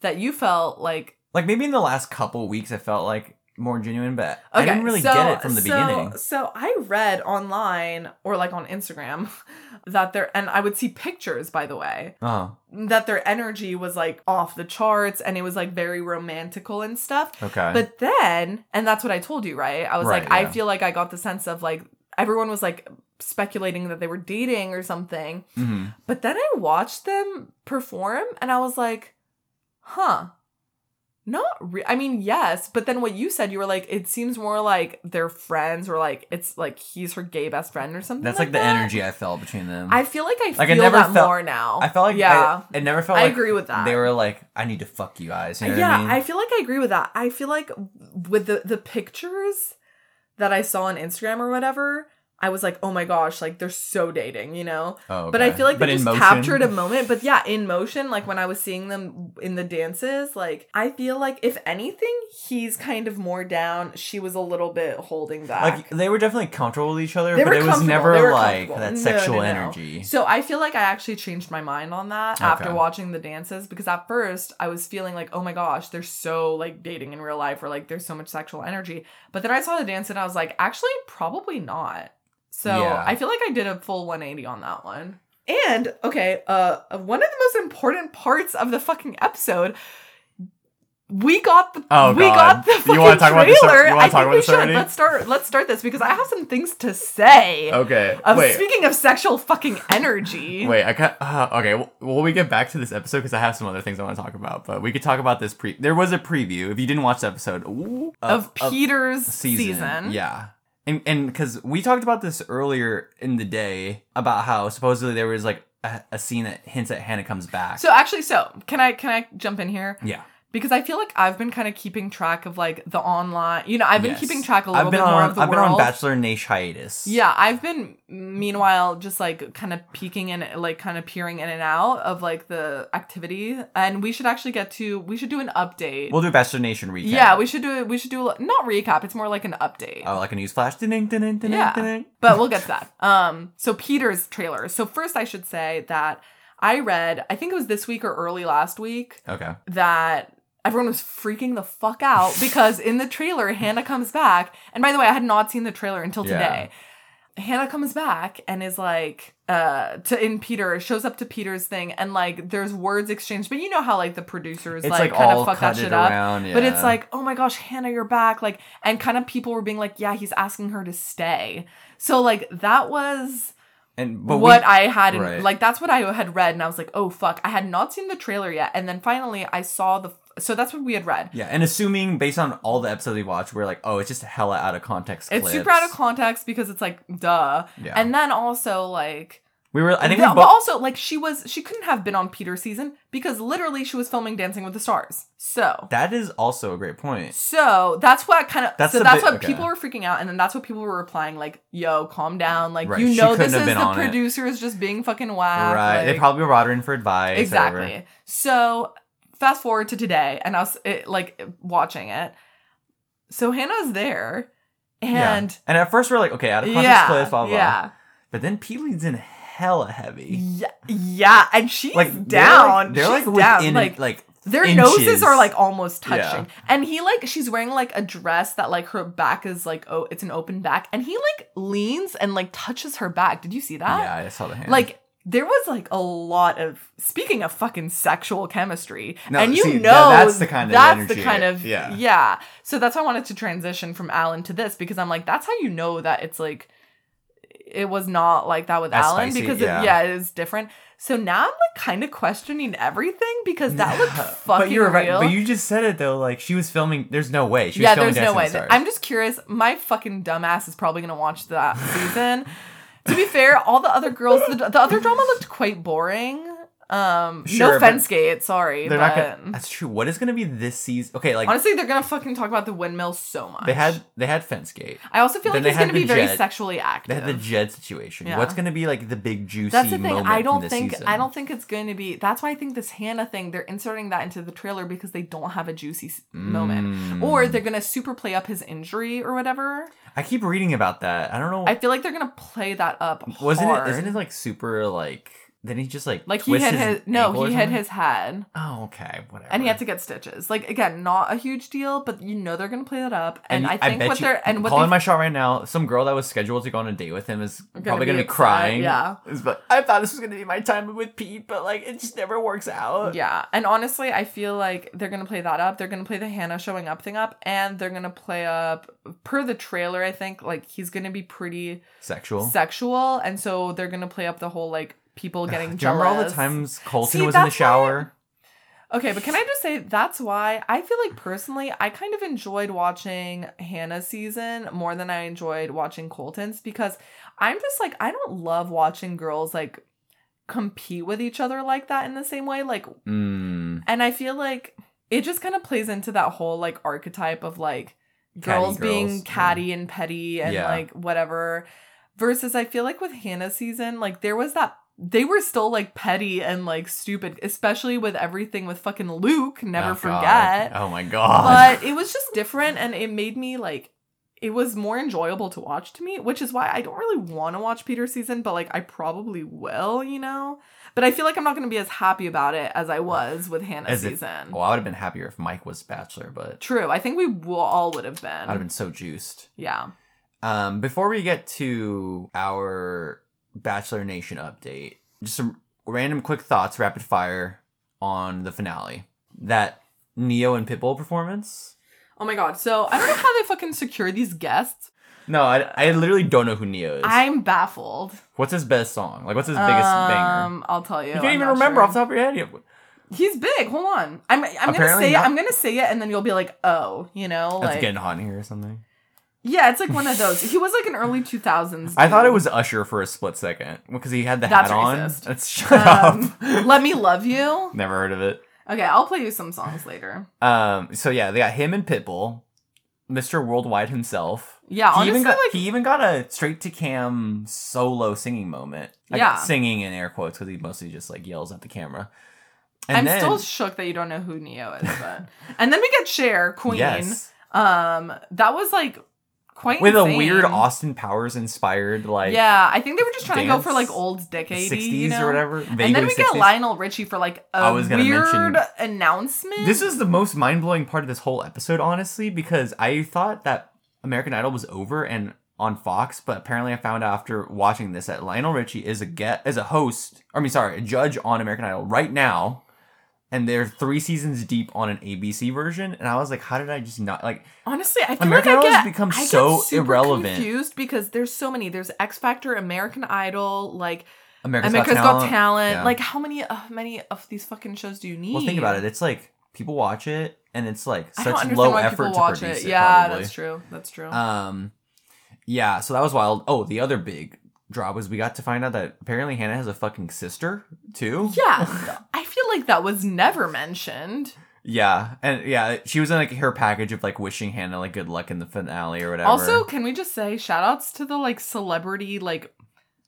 S2: that you felt like
S1: like maybe in the last couple weeks, I felt like more genuine, but I didn't really get it from the
S2: so-
S1: beginning.
S2: So I read online or like on Instagram that their and I would see pictures by the way
S1: Oh,
S2: that their energy was like off the charts and it was like very romantical and stuff.
S1: okay.
S2: But then, and that's what I told you, right? I was
S1: Right,
S2: like,
S1: yeah.
S2: I feel like I got the sense of like everyone was like speculating that they were dating or something.
S1: hmm
S2: But then I watched them perform and I was like, huh. Not re- I mean, yes, but then what you said, you were like, it seems more like they're friends or like it's like he's her gay best friend or something.
S1: That's
S2: like,
S1: like the
S2: that.
S1: energy Oh I felt between them.
S2: I feel like I feel
S1: Like, I never
S2: that
S1: felt-
S2: more now.
S1: I felt like
S2: yeah.
S1: I, it never
S2: I,
S1: felt like
S2: agree with that.
S1: they were like, I need to fuck you guys. You know
S2: yeah,
S1: what I mean?
S2: I feel like I agree with that. I feel like with the the pictures that I saw on Instagram or whatever, I was like, oh my gosh, like they're so dating, you know.
S1: oh,
S2: But I
S1: okay.
S2: feel like
S1: But
S2: they
S1: in
S2: just
S1: motion?
S2: captured a moment. But yeah, in motion, like when I was seeing them in the dances, like I feel like if anything, he's kind of more down. She was a little bit holding back.
S1: Like they were definitely comfortable with each other,
S2: They
S1: but
S2: were
S1: it was
S2: comfortable. They
S1: never
S2: were
S1: like
S2: comfortable.
S1: that
S2: No,
S1: sexual
S2: no, no.
S1: energy.
S2: So I feel like I actually changed my mind on that
S1: Okay.
S2: after watching the dances because at first I was feeling like, oh my gosh, they're so like dating in real life or like there's so much sexual energy. But then I saw the dance and I was like, actually, probably not. So
S1: Yeah.
S2: I feel like I did a full 180 on that one. And okay, uh one of the most important parts of the fucking episode we got the
S1: Oh,
S2: we
S1: God.
S2: got the
S1: You
S2: fucking
S1: wanna talk about this al-
S2: trailer.
S1: you wanna
S2: I
S1: talk
S2: think
S1: about
S2: we
S1: this
S2: should.
S1: already?
S2: Let's start let's start this because I have some things to say.
S1: okay,
S2: Of
S1: wait,
S2: speaking of sexual fucking energy.
S1: wait. I ca- uh, okay. Well, will we get back to this episode because I have some other things I want to talk about. But we could talk about this pre. There was a preview. If you didn't watch the episode, ooh,
S2: Of Peter's
S1: season.
S2: season.
S1: Yeah. And and because we talked about this earlier in the day about how supposedly there was like a, a scene that hints at Hannah comes back.
S2: So actually, so can I can I jump in here?
S1: yeah,
S2: Because I feel like I've been kind of keeping track of like the online you know, I've been
S1: yes.
S2: keeping track a little
S1: I've been
S2: bit
S1: on,
S2: more of the
S1: I've
S2: world.
S1: been on Bachelor Nation hiatus.
S2: Yeah, I've been meanwhile just like kind of peeking and like kind of peering in and out of like the activity. And we should actually get to we should do an update.
S1: we'll do a Bachelor Nation recap.
S2: yeah, we should do we should do a- not recap, it's more like an update.
S1: oh, like a newsflash. Ding, ding, ding, ding,
S2: Yeah.
S1: ding.
S2: but we'll get to that. Um, so Peter's trailer. So first, I should say that I read, I think it was this week or early last week,
S1: Okay.
S2: that everyone was freaking the fuck out because in the trailer, Hannah comes back. And by the way, I had not seen the trailer until
S1: Yeah.
S2: today. Hannah comes back and is like, uh, to in Peter shows up to Peter's thing and like there's words exchanged, but you know how like the producers
S1: It's
S2: like,
S1: like,
S2: kind
S1: all
S2: of fuck that
S1: cut
S2: shit
S1: it
S2: up.
S1: around. Yeah.
S2: But it's like, oh my gosh, Hannah, you're back. Like, and kind of people were being like, yeah, he's asking her to stay. So, like, that was
S1: and but
S2: what
S1: we,
S2: I had, in,
S1: right.
S2: like, that's what I had read. And I was like, oh fuck, I had not seen the trailer yet. And then finally, I saw the, so that's what we had read.
S1: yeah, and assuming based on all the episodes we watched, we're like, oh, it's just hella out of context.
S2: It's
S1: clips.
S2: super out of context because it's like, duh.
S1: Yeah.
S2: And then also, like,
S1: we were. I think
S2: yeah,
S1: we
S2: but
S1: both.
S2: also, like, she was, she couldn't have been on Peter's season because literally she was filming Dancing with the Stars. So.
S1: That is also a great point.
S2: So that's what kind of
S1: That's
S2: so
S1: the
S2: that's
S1: bit-
S2: what
S1: okay.
S2: people were freaking out, and then that's what people were replying like, "Yo, calm down, like
S1: Right,
S2: you
S1: she
S2: know
S1: couldn't
S2: this
S1: have
S2: is
S1: been
S2: the
S1: on it."
S2: producer is just being fucking whack."
S1: right. they
S2: like-
S1: probably brought her in for advice. or whatever.
S2: exactly. So fast forward to today, and I was it, like watching it. So Hannah's there,
S1: Yeah.
S2: and
S1: and at first we're like, okay, out of
S2: yeah,
S1: context
S2: yeah,
S1: cliff, blah blah.
S2: yeah,
S1: But then Pete leads in hella heavy.
S2: yeah, and she's
S1: Like they're like-
S2: down.
S1: They're like,
S2: She's down.
S1: within like,
S2: like
S1: like
S2: Their
S1: inches.
S2: noses are like almost touching.
S1: Yeah.
S2: And he like she's wearing like a dress that like her back is like oh it's an open back and he like leans and like touches her back. Did you see that?
S1: yeah, I saw the hand.
S2: Like there was like a lot of speaking of fucking sexual chemistry.
S1: No,
S2: and you
S1: see,
S2: know
S1: now that's the kind of
S2: that's the
S1: energy.
S2: kind of
S1: Yeah.
S2: So that's why I wanted to transition from Alan to this because I'm like that's how you know that it's like it was not like that with
S1: That's
S2: Alan
S1: spicy,
S2: because
S1: yeah.
S2: it, yeah, it is different. So now I'm like kind of questioning everything because that looked
S1: Yeah.
S2: fucking
S1: But you're right.
S2: real.
S1: But you just said it though. Like she was filming. There's no way. She was
S2: yeah,
S1: filming
S2: there's no
S1: Dancing
S2: way.
S1: with the Stars.
S2: I'm just curious. My fucking dumbass is probably gonna watch that season. to be fair, all the other girls, the, the other drama looked quite boring. Um,
S1: Sure,
S2: no
S1: but
S2: offense, Gate. Sorry,
S1: They're
S2: but
S1: not gonna. That's true. What is gonna be this season? Okay, like
S2: honestly, they're gonna fucking talk about the windmill so much.
S1: they had they had Fencegate.
S2: I also feel
S1: then
S2: like
S1: they
S2: he's
S1: had
S2: gonna
S1: the
S2: be very
S1: jet.
S2: sexually
S1: They
S2: active.
S1: had the Jed situation.
S2: Yeah.
S1: What's gonna be like the big juicy
S2: that's the thing.
S1: moment?
S2: I
S1: from
S2: don't
S1: this
S2: think
S1: season?
S2: I don't think it's going to be. That's why I think this Hannah thing. They're inserting that into the trailer because they don't have a juicy s- moment,
S1: Mm.
S2: or they're gonna super play up his injury or whatever.
S1: I keep reading about that. I don't know.
S2: I feel like they're gonna play that up.
S1: Wasn't
S2: hard.
S1: it? Isn't it like super like Then he just like
S2: Like
S1: twist
S2: he had
S1: his,
S2: his, no,
S1: ankle or
S2: he hit
S1: something?
S2: his head.
S1: Oh, okay, whatever.
S2: And he had to get stitches. Like again, not a huge deal, but you know they're gonna play that up. And, I think
S1: bet
S2: what
S1: you-
S2: they're and what
S1: calling
S2: they
S1: my shot right now. Some girl that was scheduled to go on a date with him is
S2: Gonna
S1: probably gonna
S2: be
S1: be
S2: upset,
S1: crying.
S2: yeah.
S1: It's- but I thought this was gonna be my time with Pete, but like it just never works out.
S2: Yeah. And honestly, I feel like they're going to play that up. They're going to play the Hannah showing up thing up and they're going to play up per the trailer, I think, like he's going to be pretty
S1: Sexual.
S2: sexual and so they're going to play up the whole like people
S1: Ugh,
S2: getting
S1: Do you remember all the
S2: jealous.
S1: times Colton
S2: See,
S1: was in the
S2: that's why-
S1: shower?
S2: Okay, but can I just say that's why I feel like personally I kind of enjoyed watching Hannah's season more than I enjoyed watching Colton's because I'm just like I don't love watching girls like compete with each other like that in the same way like
S1: Mm,
S2: And I feel like it just kind of plays into that whole like archetype of like
S1: Catty
S2: girls, being
S1: girls, Mm.
S2: catty and petty and
S1: Yeah.
S2: like whatever. Versus I feel like with Hannah's season, like there was that they were still like petty and like stupid, especially with everything with fucking Luke, never
S1: oh, God.
S2: forget.
S1: Oh my god.
S2: But it was just different and it made me like it was more enjoyable to watch to me, which is why I don't really want to watch Peter's season, but like I probably will, you know? But I feel like I'm not going to be as happy about it as I was with Hannah's
S1: As if-
S2: season.
S1: well, Oh, I would have been happier if Mike was Bachelor, but
S2: True. I think we will, all would have
S1: I'd have
S2: been.
S1: been so juiced.
S2: Yeah.
S1: Um, before we get to our Bachelor Nation update, just some random quick thoughts, rapid fire on the finale. That Neo and Pitbull performance.
S2: Oh my god. So I don't know how they fucking secure these guests.
S1: No, I, I literally don't know who Neo is.
S2: I'm baffled.
S1: what's his best song? Like, what's his biggest banger?
S2: Um, I'll tell you.
S1: You can't
S2: I'm
S1: even
S2: not
S1: remember
S2: sure.
S1: off the top of your head.
S2: He's big. Hold on. I'm. I'm gonna
S1: Apparently
S2: say.
S1: not-
S2: it. I'm gonna say it, and then you'll be like, oh, you know,
S1: That's
S2: like
S1: getting hot in here or something.
S2: Yeah, it's like one of those. He was like an early 2000s.
S1: I thought it
S2: dude.
S1: was Usher for a split second because he had the
S2: That's
S1: hat on.
S2: racist.
S1: That's shut
S2: Um,
S1: up.
S2: Let Me Love You.
S1: Never heard of it.
S2: Okay, I'll play you some songs later.
S1: Um, so yeah, they got him and Pitbull, Mr. Worldwide himself.
S2: Yeah,
S1: he
S2: honestly,
S1: even got
S2: like,
S1: he even got a straight to cam solo singing moment. Like,
S2: Yeah.
S1: singing in air quotes because he mostly just like yells at the camera. And
S2: I'm
S1: then,
S2: still shook that you don't know who Neo is. But and then we get Cher, Queen.
S1: yes,
S2: Um, that was like quite
S1: with a
S2: insane.
S1: weird Austin Powers inspired like
S2: yeah, I think they were just trying to go
S1: dance,
S2: for like old decade,
S1: sixties
S2: you know?
S1: or whatever. Vaguely
S2: And then we
S1: 60s.
S2: get Lionel Richie for like a
S1: I was gonna
S2: weird
S1: mention-
S2: announcement.
S1: This is the most mind blowing part of this whole episode, honestly, because I thought that American Idol was over and on Fox, but apparently I found out after watching this that Lionel Richie is a get is a host. I mean, sorry, a judge on American Idol right now, and they're three seasons deep on an ABC version. And I was like, how did I just not like?
S2: Honestly, I feel
S1: American
S2: like I
S1: Idol has
S2: get,
S1: become
S2: I get
S1: so
S2: super
S1: irrelevant.
S2: Confused because there's so many. There's X Factor, American Idol, like
S1: America's,
S2: America's Got Talent.
S1: Yeah.
S2: Like how many uh, many of these fucking shows do you need?
S1: well, think about it. It's like people watch it, and it's like
S2: I don't
S1: such
S2: understand
S1: low
S2: why
S1: effort
S2: people
S1: to
S2: watch
S1: produce it.
S2: yeah,
S1: probably.
S2: that's true. That's true.
S1: Um, yeah, so that was wild. Oh, the other big drop was we got to find out that apparently Hannah has a fucking sister too.
S2: yeah, I feel like that was never mentioned.
S1: yeah, and yeah, she was in like her package of like wishing Hannah like good luck in the finale or whatever.
S2: Also, can we just say shout outs to the like celebrity like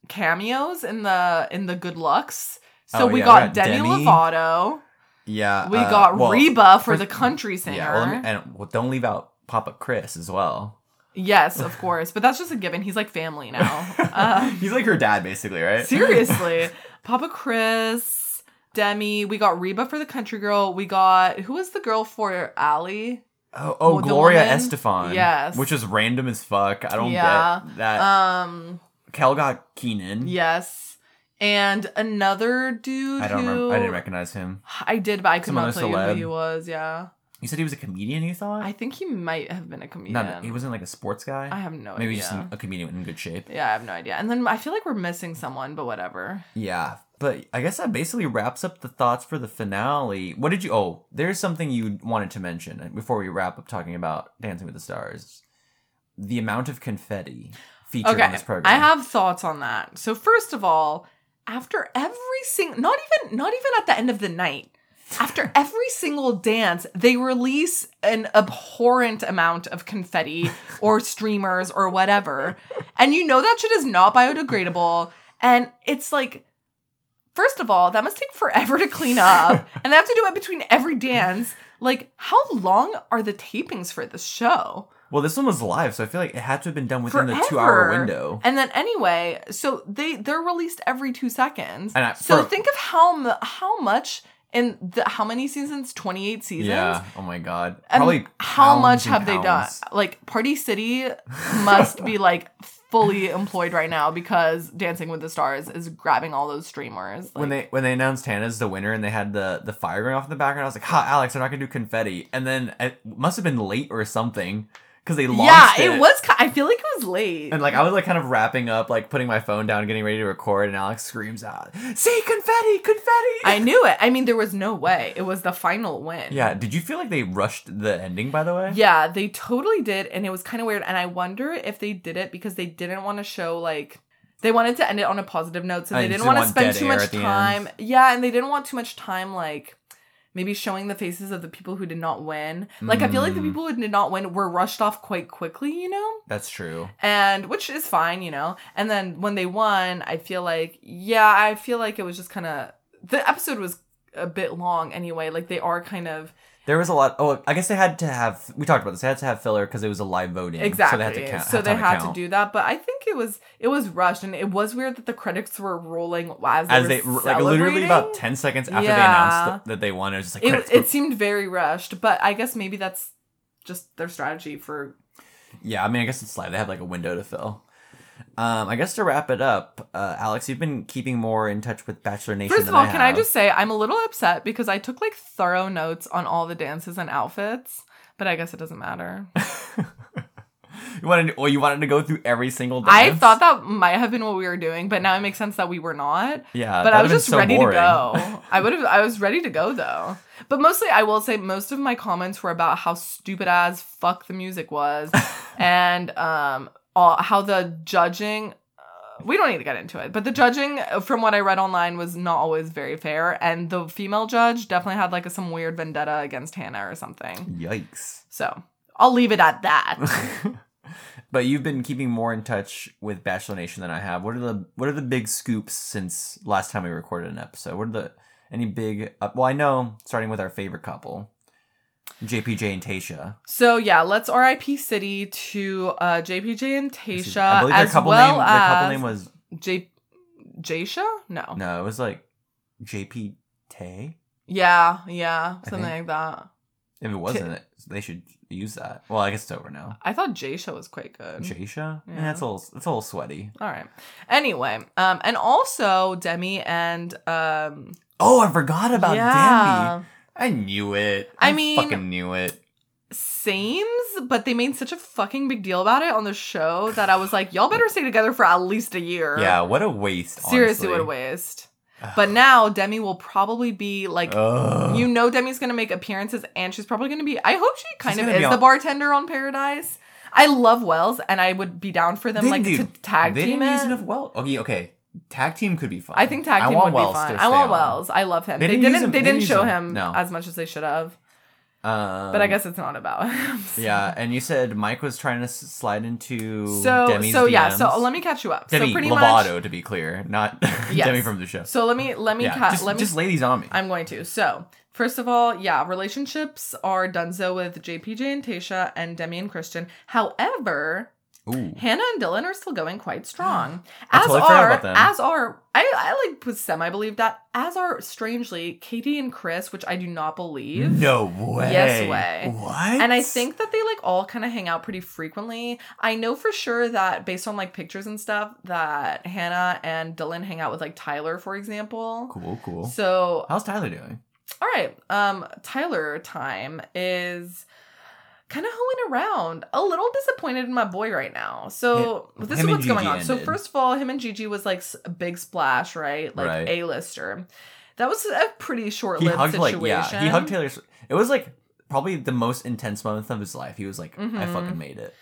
S2: cameos in the in the good lucks. So
S1: Oh,
S2: we,
S1: yeah, we got
S2: got Demi,
S1: Demi.
S2: Lovato.
S1: yeah,
S2: We
S1: uh,
S2: got
S1: well,
S2: Reba for
S1: first-
S2: the country singer.
S1: Yeah, well, let me- and well, don't leave out Papa Chris as well.
S2: Yes, of course. But that's just a given. He's like family now. Um,
S1: He's like her dad basically, right?
S2: seriously. Papa Chris, Demi. We got Reba for the country girl. We got who was the girl for Allie?
S1: Oh, oh
S2: Well, the
S1: Gloria
S2: woman-
S1: Estefan.
S2: Yes.
S1: which is random as fuck. I don't
S2: Yeah.
S1: get that.
S2: Um,
S1: Kel got Keenan.
S2: yes. And another dude
S1: I don't
S2: who
S1: remember. I didn't recognize him.
S2: I did, but I could
S1: Some
S2: not
S1: other
S2: tell you who
S1: celeb.
S2: he was, yeah.
S1: You said he was a comedian. You thought?
S2: I think he might have been a comedian.
S1: Not, he wasn't like a sports guy.
S2: I have no
S1: Maybe
S2: idea.
S1: just an- a comedian in good shape.
S2: yeah, I have no idea. And then I feel like we're missing someone, but whatever.
S1: Yeah, but I guess that basically wraps up the thoughts for the finale. What did you? Oh, there's something you wanted to mention uh, before we wrap up talking about Dancing with the Stars. The amount of confetti featured on this program.
S2: I have thoughts on that. So first of all, after every single not even not even at the end of the night, after every single dance, they release an abhorrent amount of confetti or streamers or whatever. And you know that shit is not biodegradable and it's like First of all, that must take forever to clean up, and they have to do it between every dance. Like, how long are the tapings for this show?
S1: Well, this one was live, so I feel like it had to have been done within the two hour
S2: Forever.
S1: window.
S2: And then anyway, so they they're released every two seconds.
S1: And I-
S2: so
S1: for-
S2: think of how mu- how much in the, how many seasons? Twenty eight seasons.
S1: Yeah. Oh my god.
S2: And
S1: Probably.
S2: how
S1: pounds
S2: much
S1: and
S2: have they done?
S1: pounds.
S2: Like Party City must be like fully employed right now because Dancing with the Stars is grabbing all those streamers.
S1: When
S2: Like,
S1: they when they announced Hannah's the winner and they had the the fire going off in the background, I was like, "Ha, Alex, they're not gonna do confetti." And then it must have been late or something because they
S2: yeah,
S1: launched
S2: it was. ki- I feel like it was late.
S1: And like I was like kind of wrapping up, like putting my phone down, getting ready to record, and Alex screams out, "See confetti, confetti!"
S2: I knew it. I mean, there was no way. It was the final win.
S1: Yeah. Did you feel like they rushed the ending? By the way.
S2: Yeah, they totally did, and it was kind of weird. And I wonder if they did it because they didn't want to show like they wanted to end it on a positive note, so
S1: I
S2: they didn't
S1: just
S2: want to
S1: want
S2: spend
S1: dead
S2: too
S1: air
S2: much
S1: at the
S2: time. Yeah, and they didn't want too much time like maybe showing the faces of the people who did not win. Like I feel like the
S1: Mm.
S2: people who did not win were rushed off quite quickly, you know,
S1: That's true.
S2: and which is fine, you know. And then when they won, I feel like yeah, I feel like it was just kind of the episode was a bit long anyway. Like they are kind of
S1: There was a lot. Oh, I guess they had to have. We talked about this. They had to have filler because it was a live voting.
S2: Exactly.
S1: So they had to count.
S2: So
S1: had
S2: they
S1: time
S2: had
S1: count.
S2: to do that, but I think it was it was rushed and it was weird that the credits were rolling as they
S1: as
S2: were
S1: they like literally about
S2: celebrating.
S1: ten seconds after
S2: Yeah.
S1: they announced that they won. It was just like
S2: It,
S1: credits.
S2: it seemed very rushed, but I guess maybe that's just their strategy for
S1: yeah, I mean, I guess it's live. They have like a window to fill. Um, I guess to wrap it up, uh, Alex, you've been keeping more in touch with Bachelor Nation.
S2: First
S1: than
S2: of all, can I
S1: have.
S2: just say I'm a little upset because I took like thorough notes on all the dances and outfits, but I guess it doesn't matter.
S1: you wanted? Well, you wanted to go through every single. Dance?
S2: I thought that might have been what we were doing, but now it makes sense that we were not.
S1: Yeah,
S2: but
S1: that
S2: I was
S1: would've
S2: just
S1: been so
S2: ready
S1: boring.
S2: to go. I would have. I was ready to go though. But mostly, I will say most of my comments were about how stupid as fuck the music was, and um, all, how the judging. uh, We don't need to get into it, but the judging, uh, from what I read online, was not always very fair, and the female judge definitely had like some weird vendetta against Hannah or something.
S1: Yikes.
S2: So I'll leave it at that.
S1: but you've been keeping more in touch with Bachelor Nation than I have. What are the What are the big scoops since last time we recorded an episode? What are the any big? Uh, well, I know starting with our favorite couple, JPJ and Tasha.
S2: So yeah, let's RIP City to uh, JPJ and
S1: This is-
S2: Tasha
S1: I believe their
S2: as
S1: couple
S2: well
S1: name. Their
S2: as
S1: couple name was
S2: J Jasha? No.
S1: no, it was like JP Tay.
S2: Yeah, yeah, something
S1: think.
S2: like that.
S1: If it wasn't, it they should use that. Well, I guess it's over now.
S2: I thought Jasha was quite good.
S1: Jasha, yeah,
S2: Uh, Yeah.
S1: it's a little, it's a little sweaty.
S2: All right. Anyway, um, and also Demi and um,
S1: Oh, I forgot about Danby.
S2: yeah,
S1: I knew it.
S2: I mean-
S1: fucking knew it.
S2: Sames, but they made such a fucking big deal about it on the show that I was like, y'all better stay together for at least a year.
S1: Yeah, what a waste.
S2: er,
S1: honestly.
S2: seriously, what a waste. But now Demi will probably be like.
S1: Ugh.
S2: you know Demi's gonna make appearances and she's probably gonna be I hope she kind
S1: She's
S2: of
S1: gonna
S2: is
S1: be
S2: the
S1: on-
S2: bartender on Paradise. I love Wells and I would be down for them
S1: They
S2: like to
S1: didn't do-
S2: tag
S1: they
S2: team
S1: didn't
S2: it.
S1: use enough Wells. Okay, okay. Tag team could be fun.
S2: I think tag
S1: I
S2: team
S1: want
S2: would
S1: Wells
S2: be fun.
S1: to
S2: I
S1: stay
S2: want
S1: on.
S2: Wells. I love him.
S1: They
S2: They
S1: didn't
S2: didn't,
S1: use him-
S2: they
S1: they
S2: didn't
S1: didn't
S2: show
S1: use
S2: him,
S1: him. No.
S2: as much as they should have.
S1: Um,
S2: But I guess it's not about him. so.
S1: Yeah, and you said Mike was trying to s- slide into
S2: So
S1: Demi's
S2: so yeah, so
S1: DMs.
S2: let me catch you up.
S1: Demi
S2: so pretty
S1: Lovato,
S2: much
S1: to be clear, not
S2: Yes.
S1: Demi from the show.
S2: So let me let me
S1: yeah,
S2: ca-
S1: just,
S2: let me
S1: just ladies on me.
S2: I'm going to. So, first of all, yeah, relationships are donezo with JPJ and Tasha and Demi and Christian. However,
S1: Ooh,
S2: Hannah and Dylan are still going quite strong.
S1: I
S2: As
S1: totally forgot
S2: are
S1: about them.
S2: as are I, I like was semi believed that. As are strangely Katie and Chris, which I do not believe.
S1: no way.
S2: Yes way.
S1: What?
S2: And I think that they like all kind of hang out pretty frequently. I know for sure that based on like pictures and stuff that Hannah and Dylan hang out with like Tyler, for example.
S1: cool, cool.
S2: So
S1: How's Tyler doing?
S2: all right, um, Tyler time is kind of hoeing around. A little disappointed in my boy right now. So
S1: Yeah,
S2: this
S1: him
S2: is
S1: and
S2: what's going
S1: Gigi
S2: on. So
S1: ended.
S2: first of all, him and Gigi was like s- a big splash, right? Like
S1: Right.
S2: a lister. That was a pretty
S1: He
S2: short-lived
S1: hugged
S2: situation.
S1: like yeah. He hugged Taylor. Swift. It was like probably the most intense moment of his life. He was like, I
S2: Mhm.
S1: fucking made it.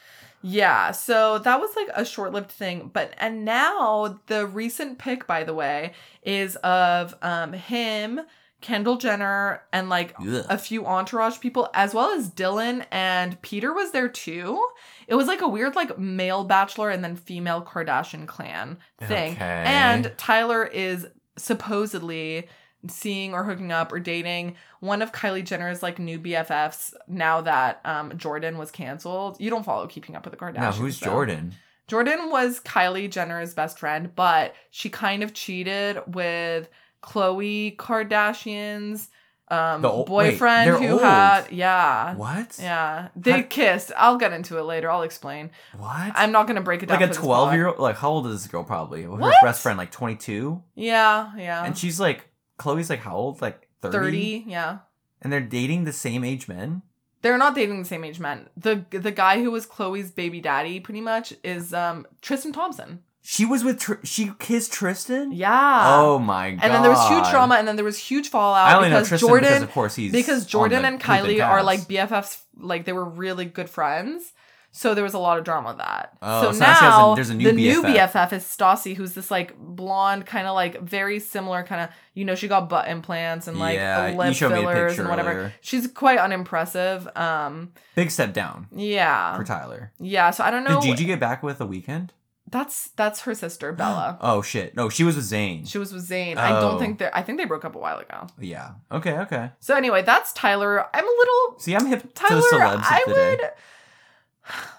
S2: Yeah, so that was like a short-lived thing, but and now the recent pick, by the way, is of um him, Kendall Jenner, and like
S1: Ugh.
S2: a few entourage people as well as Dylan and Peter was there too. It was like a weird like male bachelor and then female Kardashian clan thing.
S1: Okay.
S2: And Tyler is supposedly seeing or hooking up or dating one of Kylie Jenner's like new BFFs now that um Jordan was canceled. You don't follow Keeping Up with the Kardashians.
S1: Now, who's
S2: though.
S1: Jordan?
S2: Jordan was Kylie Jenner's best friend, but she kind of cheated with Khloe Kardashian's um
S1: The ol- wait,
S2: boyfriend
S1: they're
S2: who
S1: old.
S2: had yeah.
S1: What?
S2: Yeah. They
S1: How-
S2: kissed. I'll get into it later. I'll explain.
S1: What?
S2: I'm not gonna break it down.
S1: like a
S2: for this
S1: 12
S2: pod.
S1: year old. Like, how old is this girl probably? Her
S2: What?
S1: best friend, like 22?
S2: Yeah, yeah.
S1: And she's like, Chloe's like, how old? Like 30?
S2: 30 yeah
S1: And they're dating the same age men?
S2: they're not dating the same age men the the guy who was chloe's baby daddy pretty much is um tristan thompson
S1: She was with, Tr- she kissed Tristan?
S2: yeah
S1: Oh my god.
S2: and then there was huge drama and then there was huge fallout
S1: I only know
S2: because
S1: Tristan
S2: jordan
S1: because,
S2: because,
S1: of course, he's. on
S2: jordan
S1: the
S2: and
S1: Truth
S2: kylie are
S1: Cast.
S2: like bffs like they were really good friends so there was a lot of drama with that.
S1: Oh,
S2: so,
S1: so now she has a-
S2: now
S1: there's a new
S2: the new
S1: BFF.
S2: BFF is Stassi, who's this like blonde, kind of like very similar, kind of you know she got butt implants and like
S1: Yeah, you
S2: lip
S1: showed me a
S2: fillers
S1: picture
S2: and whatever.
S1: earlier.
S2: She's quite unimpressive. Um,
S1: Big step down
S2: yeah,
S1: for Tyler.
S2: Yeah, so I don't know.
S1: Did Gigi get back with the weekend?
S2: that's that's her sister Bella.
S1: Oh shit. No, she was with Zayn.
S2: Uh, she was with Zayn. I
S1: Oh.
S2: don't think they. I think they broke up a while ago.
S1: yeah. Okay, okay.
S2: So anyway, that's Tyler. I'm a little
S1: See, I'm hip
S2: Tyler.
S1: to the celebs
S2: I
S1: of the day.
S2: would.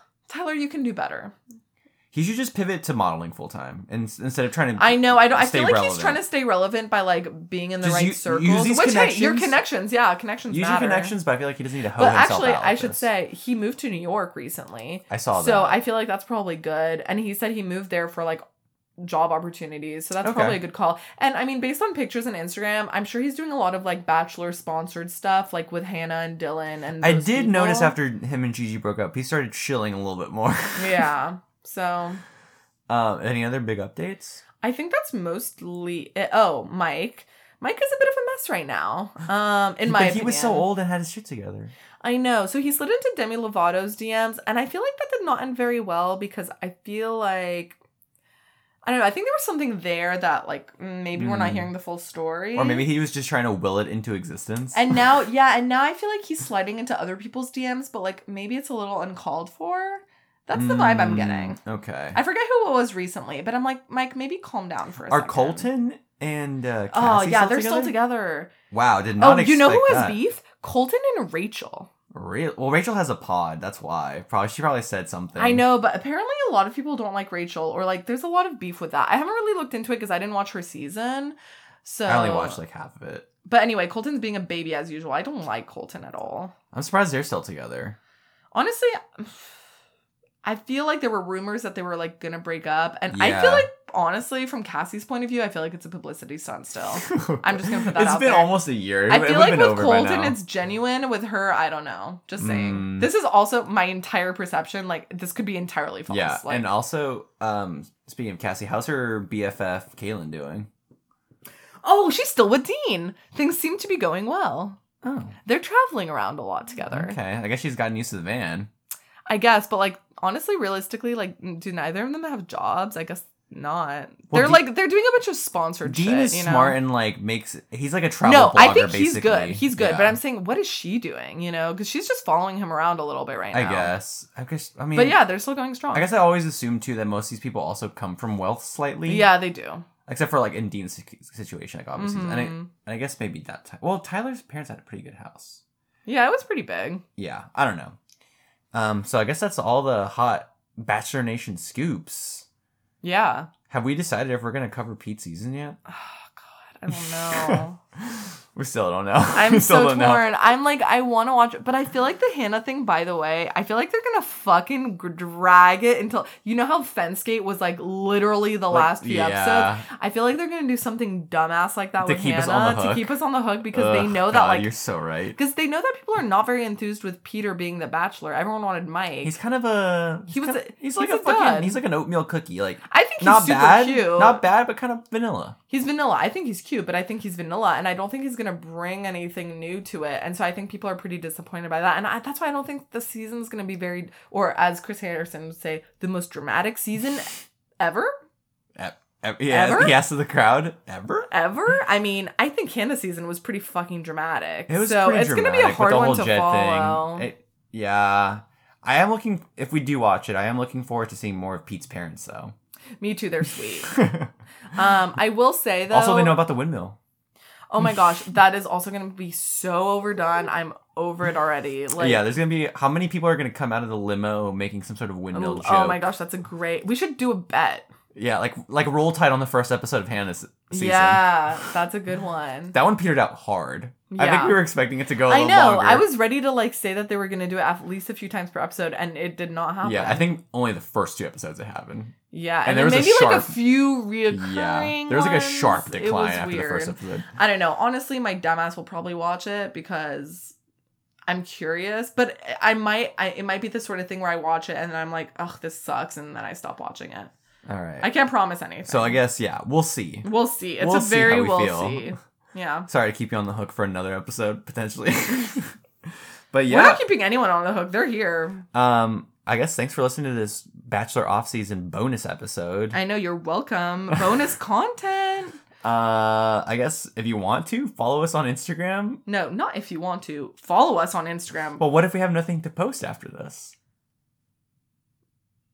S2: Tyler, you can do better.
S1: He should just pivot to modeling full time and s- instead of trying to
S2: I know. I don't. I
S1: Stay
S2: feel like
S1: relevant.
S2: he's trying to stay relevant by like being in the
S1: Just
S2: right
S1: u- use
S2: circles.
S1: these
S2: Which hey, your
S1: connections.
S2: connections, yeah, connections
S1: use your
S2: matter.
S1: connections, but I feel like he doesn't need to hoe
S2: But
S1: himself
S2: actually,
S1: out
S2: I
S1: with
S2: should
S1: this.
S2: say he moved to New York recently.
S1: I saw that.
S2: So I feel like that's probably good. And he said he moved there for like job opportunities. So that's
S1: Okay.
S2: probably a good call. And I mean, based on pictures and Instagram, I'm sure he's doing a lot of like bachelor sponsored stuff, like with Hannah and Dylan. And
S1: I
S2: those
S1: did notice
S2: people.
S1: after him and Gigi broke up, he started chilling a little bit more.
S2: Yeah. So
S1: Um, any other big updates?
S2: I think that's mostly it. Oh, Mike. Mike is a bit of a mess right now. Um, in
S1: But
S2: my
S1: he
S2: opinion.
S1: was so old and had his shit together.
S2: I know. So he slid into Demi Lovato's DMs, and I feel like that did not end very well because I feel like I don't know. I think there was something there that like mm, maybe we're not
S1: Mm.
S2: hearing the full story,
S1: Or maybe he was just trying to will it into existence.
S2: And now, yeah, and now I feel like he's sliding into other people's DMs, but like maybe it's a little uncalled for. That's the vibe I'm
S1: Mm,
S2: getting.
S1: Okay.
S2: I forget who it was recently, but I'm like, Mike, maybe calm down for a
S1: Are
S2: second.
S1: Colton and uh,
S2: Oh
S1: Cassie
S2: yeah,
S1: still
S2: they're
S1: together?
S2: still together.
S1: Wow, did not.
S2: oh, you know who
S1: expect
S2: has
S1: that.
S2: beef? Colton and Rachel.
S1: Real- well, Rachel has a pod. That's why. Probably she probably said something.
S2: I know, but apparently a lot of people don't like Rachel, or like there's a lot of beef with that. I haven't really looked into it because I didn't watch her season. So
S1: I only watched like half of it.
S2: But anyway, Colton's being a baby as usual. I don't like Colton at all.
S1: I'm surprised they're still together.
S2: Honestly, I feel like there were rumors that they were like gonna break up, and I
S1: Yeah.
S2: feel like honestly, from Cassie's point of view, I feel like it's a publicity stunt still. I'm just gonna put that
S1: It's
S2: out
S1: been
S2: there.
S1: almost a year. It
S2: I
S1: would- it
S2: feel
S1: would've
S2: like
S1: been
S2: with
S1: over by
S2: Colton,
S1: now.
S2: it's genuine. With her, I don't know. Just saying.
S1: Mm.
S2: This is also my entire perception. Like this could be entirely false.
S1: yeah.
S2: Like,
S1: and uh, also, um, speaking of Cassie, how's her BFF Kaylin doing?
S2: Oh, she's still with Dean. Things seem to be going well.
S1: Oh,
S2: They're traveling around a lot together.
S1: okay. I guess she's gotten used to the van.
S2: I guess, but like honestly, realistically, like do neither of them have jobs? I guess not.
S1: Well,
S2: they're
S1: Dean-
S2: like they're doing a bunch of sponsored
S1: Dean
S2: shit,
S1: is
S2: you know?
S1: smart and like makes he's like a travel
S2: no,
S1: blogger.
S2: I think
S1: basically.
S2: he's good. He's good, but
S1: Yeah.
S2: I'm saying, what is she doing? You know, because she's just following him around a little bit right now.
S1: I guess. I guess. I mean.
S2: but yeah, they're still going strong.
S1: I guess I always assume too that most of these people also come from wealth slightly.
S2: Yeah, they do.
S1: Except for like in Dean's si- situation, like obviously, and, I, and
S2: Mhm.
S1: I guess maybe that. Ty- well, Tyler's parents had a pretty good house.
S2: yeah, it was pretty big.
S1: Yeah, I don't know. Um, so I guess that's all the hot Bachelor Nation scoops.
S2: Yeah.
S1: Have we decided if we're gonna cover Pete's season yet?
S2: Oh, God, I don't know.
S1: we still don't know.
S2: I'm
S1: We
S2: so
S1: still
S2: torn. I'm like, I want to watch it, but I feel like the Hannah thing. By the way, I feel like they're gonna fucking g- drag it until you know how Fencegate was like literally the
S1: Like,
S2: last few
S1: yeah.
S2: episodes. I feel like they're gonna do something dumbass like that
S1: To
S2: with
S1: keep
S2: Hannah
S1: us on the
S2: to
S1: hook.
S2: keep us on the hook because they
S1: Ugh,
S2: know that
S1: God,
S2: like
S1: you're so right.
S2: because they know that people are not very enthused with Peter being the Bachelor. Everyone wanted Mike.
S1: He's kind of a
S2: He was
S1: kind
S2: a-
S1: of- he's like
S2: he's
S1: a,
S2: a
S1: fucking
S2: dud.
S1: he's like an oatmeal cookie. Like
S2: I think he's
S1: not
S2: super
S1: bad,
S2: cute.
S1: not bad, but kind of vanilla.
S2: He's vanilla. I think he's cute, but I think he's vanilla, and I don't think he's gonna bring anything new to it. And so I think people are pretty disappointed by that, and I, that's why I don't think the season's gonna be very, or as Chris Harrison would say, the most dramatic season ever.
S1: Ev- Yeah,
S2: Ever?
S1: he asked to the crowd ever.
S2: Ever. I mean, I think Hannah's season was pretty fucking dramatic.
S1: It was
S2: so
S1: pretty
S2: it's gonna be
S1: dramatic
S2: a
S1: with
S2: hard
S1: the
S2: one
S1: whole
S2: to
S1: Jed
S2: follow.
S1: Thing. It- yeah, I am looking. If we do watch it, I am looking forward to seeing more of Pete's parents, though.
S2: Me too. They're sweet. um, I will say though.
S1: also, they know about the windmill.
S2: Oh my gosh, that is also going to be so overdone. I'm over it already. Like
S1: yeah, there's gonna be how many people are gonna come out of the limo making some sort of windmill
S2: oh,
S1: joke?
S2: my gosh, that's a great. We should do a bet.
S1: Yeah, like like roll tide on the first episode of Hannah's season.
S2: Yeah, that's a good one.
S1: That one petered out hard. I think
S2: Yeah.
S1: we were expecting it to go. I
S2: I know.
S1: Longer.
S2: I was ready to like say that they were going to do it at least a few times per episode, and it did not happen.
S1: Yeah, I think only the first two episodes it happened.
S2: Yeah,
S1: And
S2: and,
S1: there
S2: then
S1: was a
S2: maybe like
S1: sharp-
S2: a few reoccurring.
S1: Yeah, there was like a sharp
S2: ones. It
S1: decline
S2: was
S1: after the
S2: weird.
S1: first episode.
S2: I don't know. Honestly, my dumbass will probably watch it because I'm curious, but I might. I, it might be the sort of thing where I watch it and then I'm like, "Ugh, this sucks," and then I stop watching it.
S1: All right.
S2: I can't promise anything.
S1: so I guess yeah, we'll see.
S2: we'll see. It's
S1: We'll
S2: a
S1: see
S2: very
S1: how we
S2: we'll
S1: feel.
S2: see. Yeah.
S1: Sorry to keep you on the hook for another episode potentially. but
S2: We're
S1: yeah,
S2: not keeping anyone on the hook. They're here.
S1: um, I guess thanks for listening to this Bachelor off season bonus episode.
S2: I know you're welcome. Bonus content.
S1: Uh, I guess if you want to follow us on Instagram.
S2: No, not if you want to. Follow us on Instagram.
S1: Well, what if we have nothing to post after this?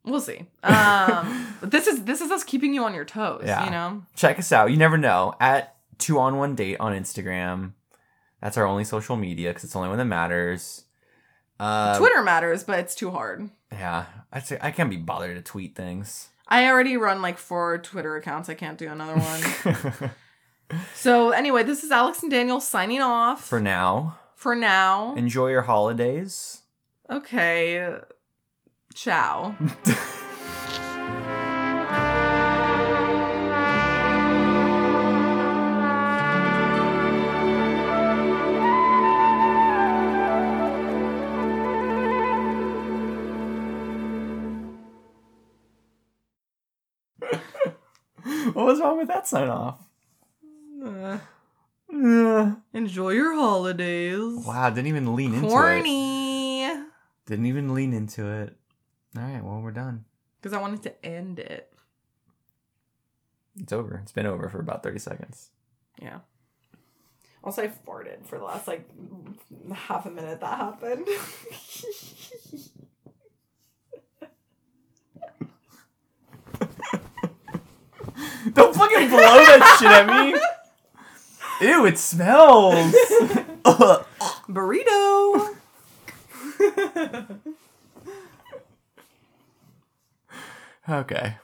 S2: We'll see. Um, this is this is us keeping you on your toes.
S1: Yeah.
S2: You know.
S1: Check us out. You never know. At two on one date on Instagram. That's our only social media because it's the only one that matters. Uh,
S2: Twitter matters, but it's too hard.
S1: Yeah, I say I can't be bothered to tweet things.
S2: I already run like four Twitter accounts. I can't do another one. so anyway, this is Alex and Daniel signing off
S1: For now,
S2: for now.
S1: enjoy your holidays.
S2: okay. Ciao.
S1: what was wrong with that sign off?
S2: Uh,
S1: Yeah.
S2: enjoy your holidays.
S1: Wow, didn't even lean into
S2: Corny.
S1: it. Didn't even lean into it. All right, well we're done.
S2: Because I wanted to end it.
S1: It's over. It's been over for about thirty seconds.
S2: Yeah. Also, I farted for the last like half a minute that happened.
S1: Don't fucking blow that shit at me. Ew, it smells. Ugh.
S2: Burrito.
S1: okay.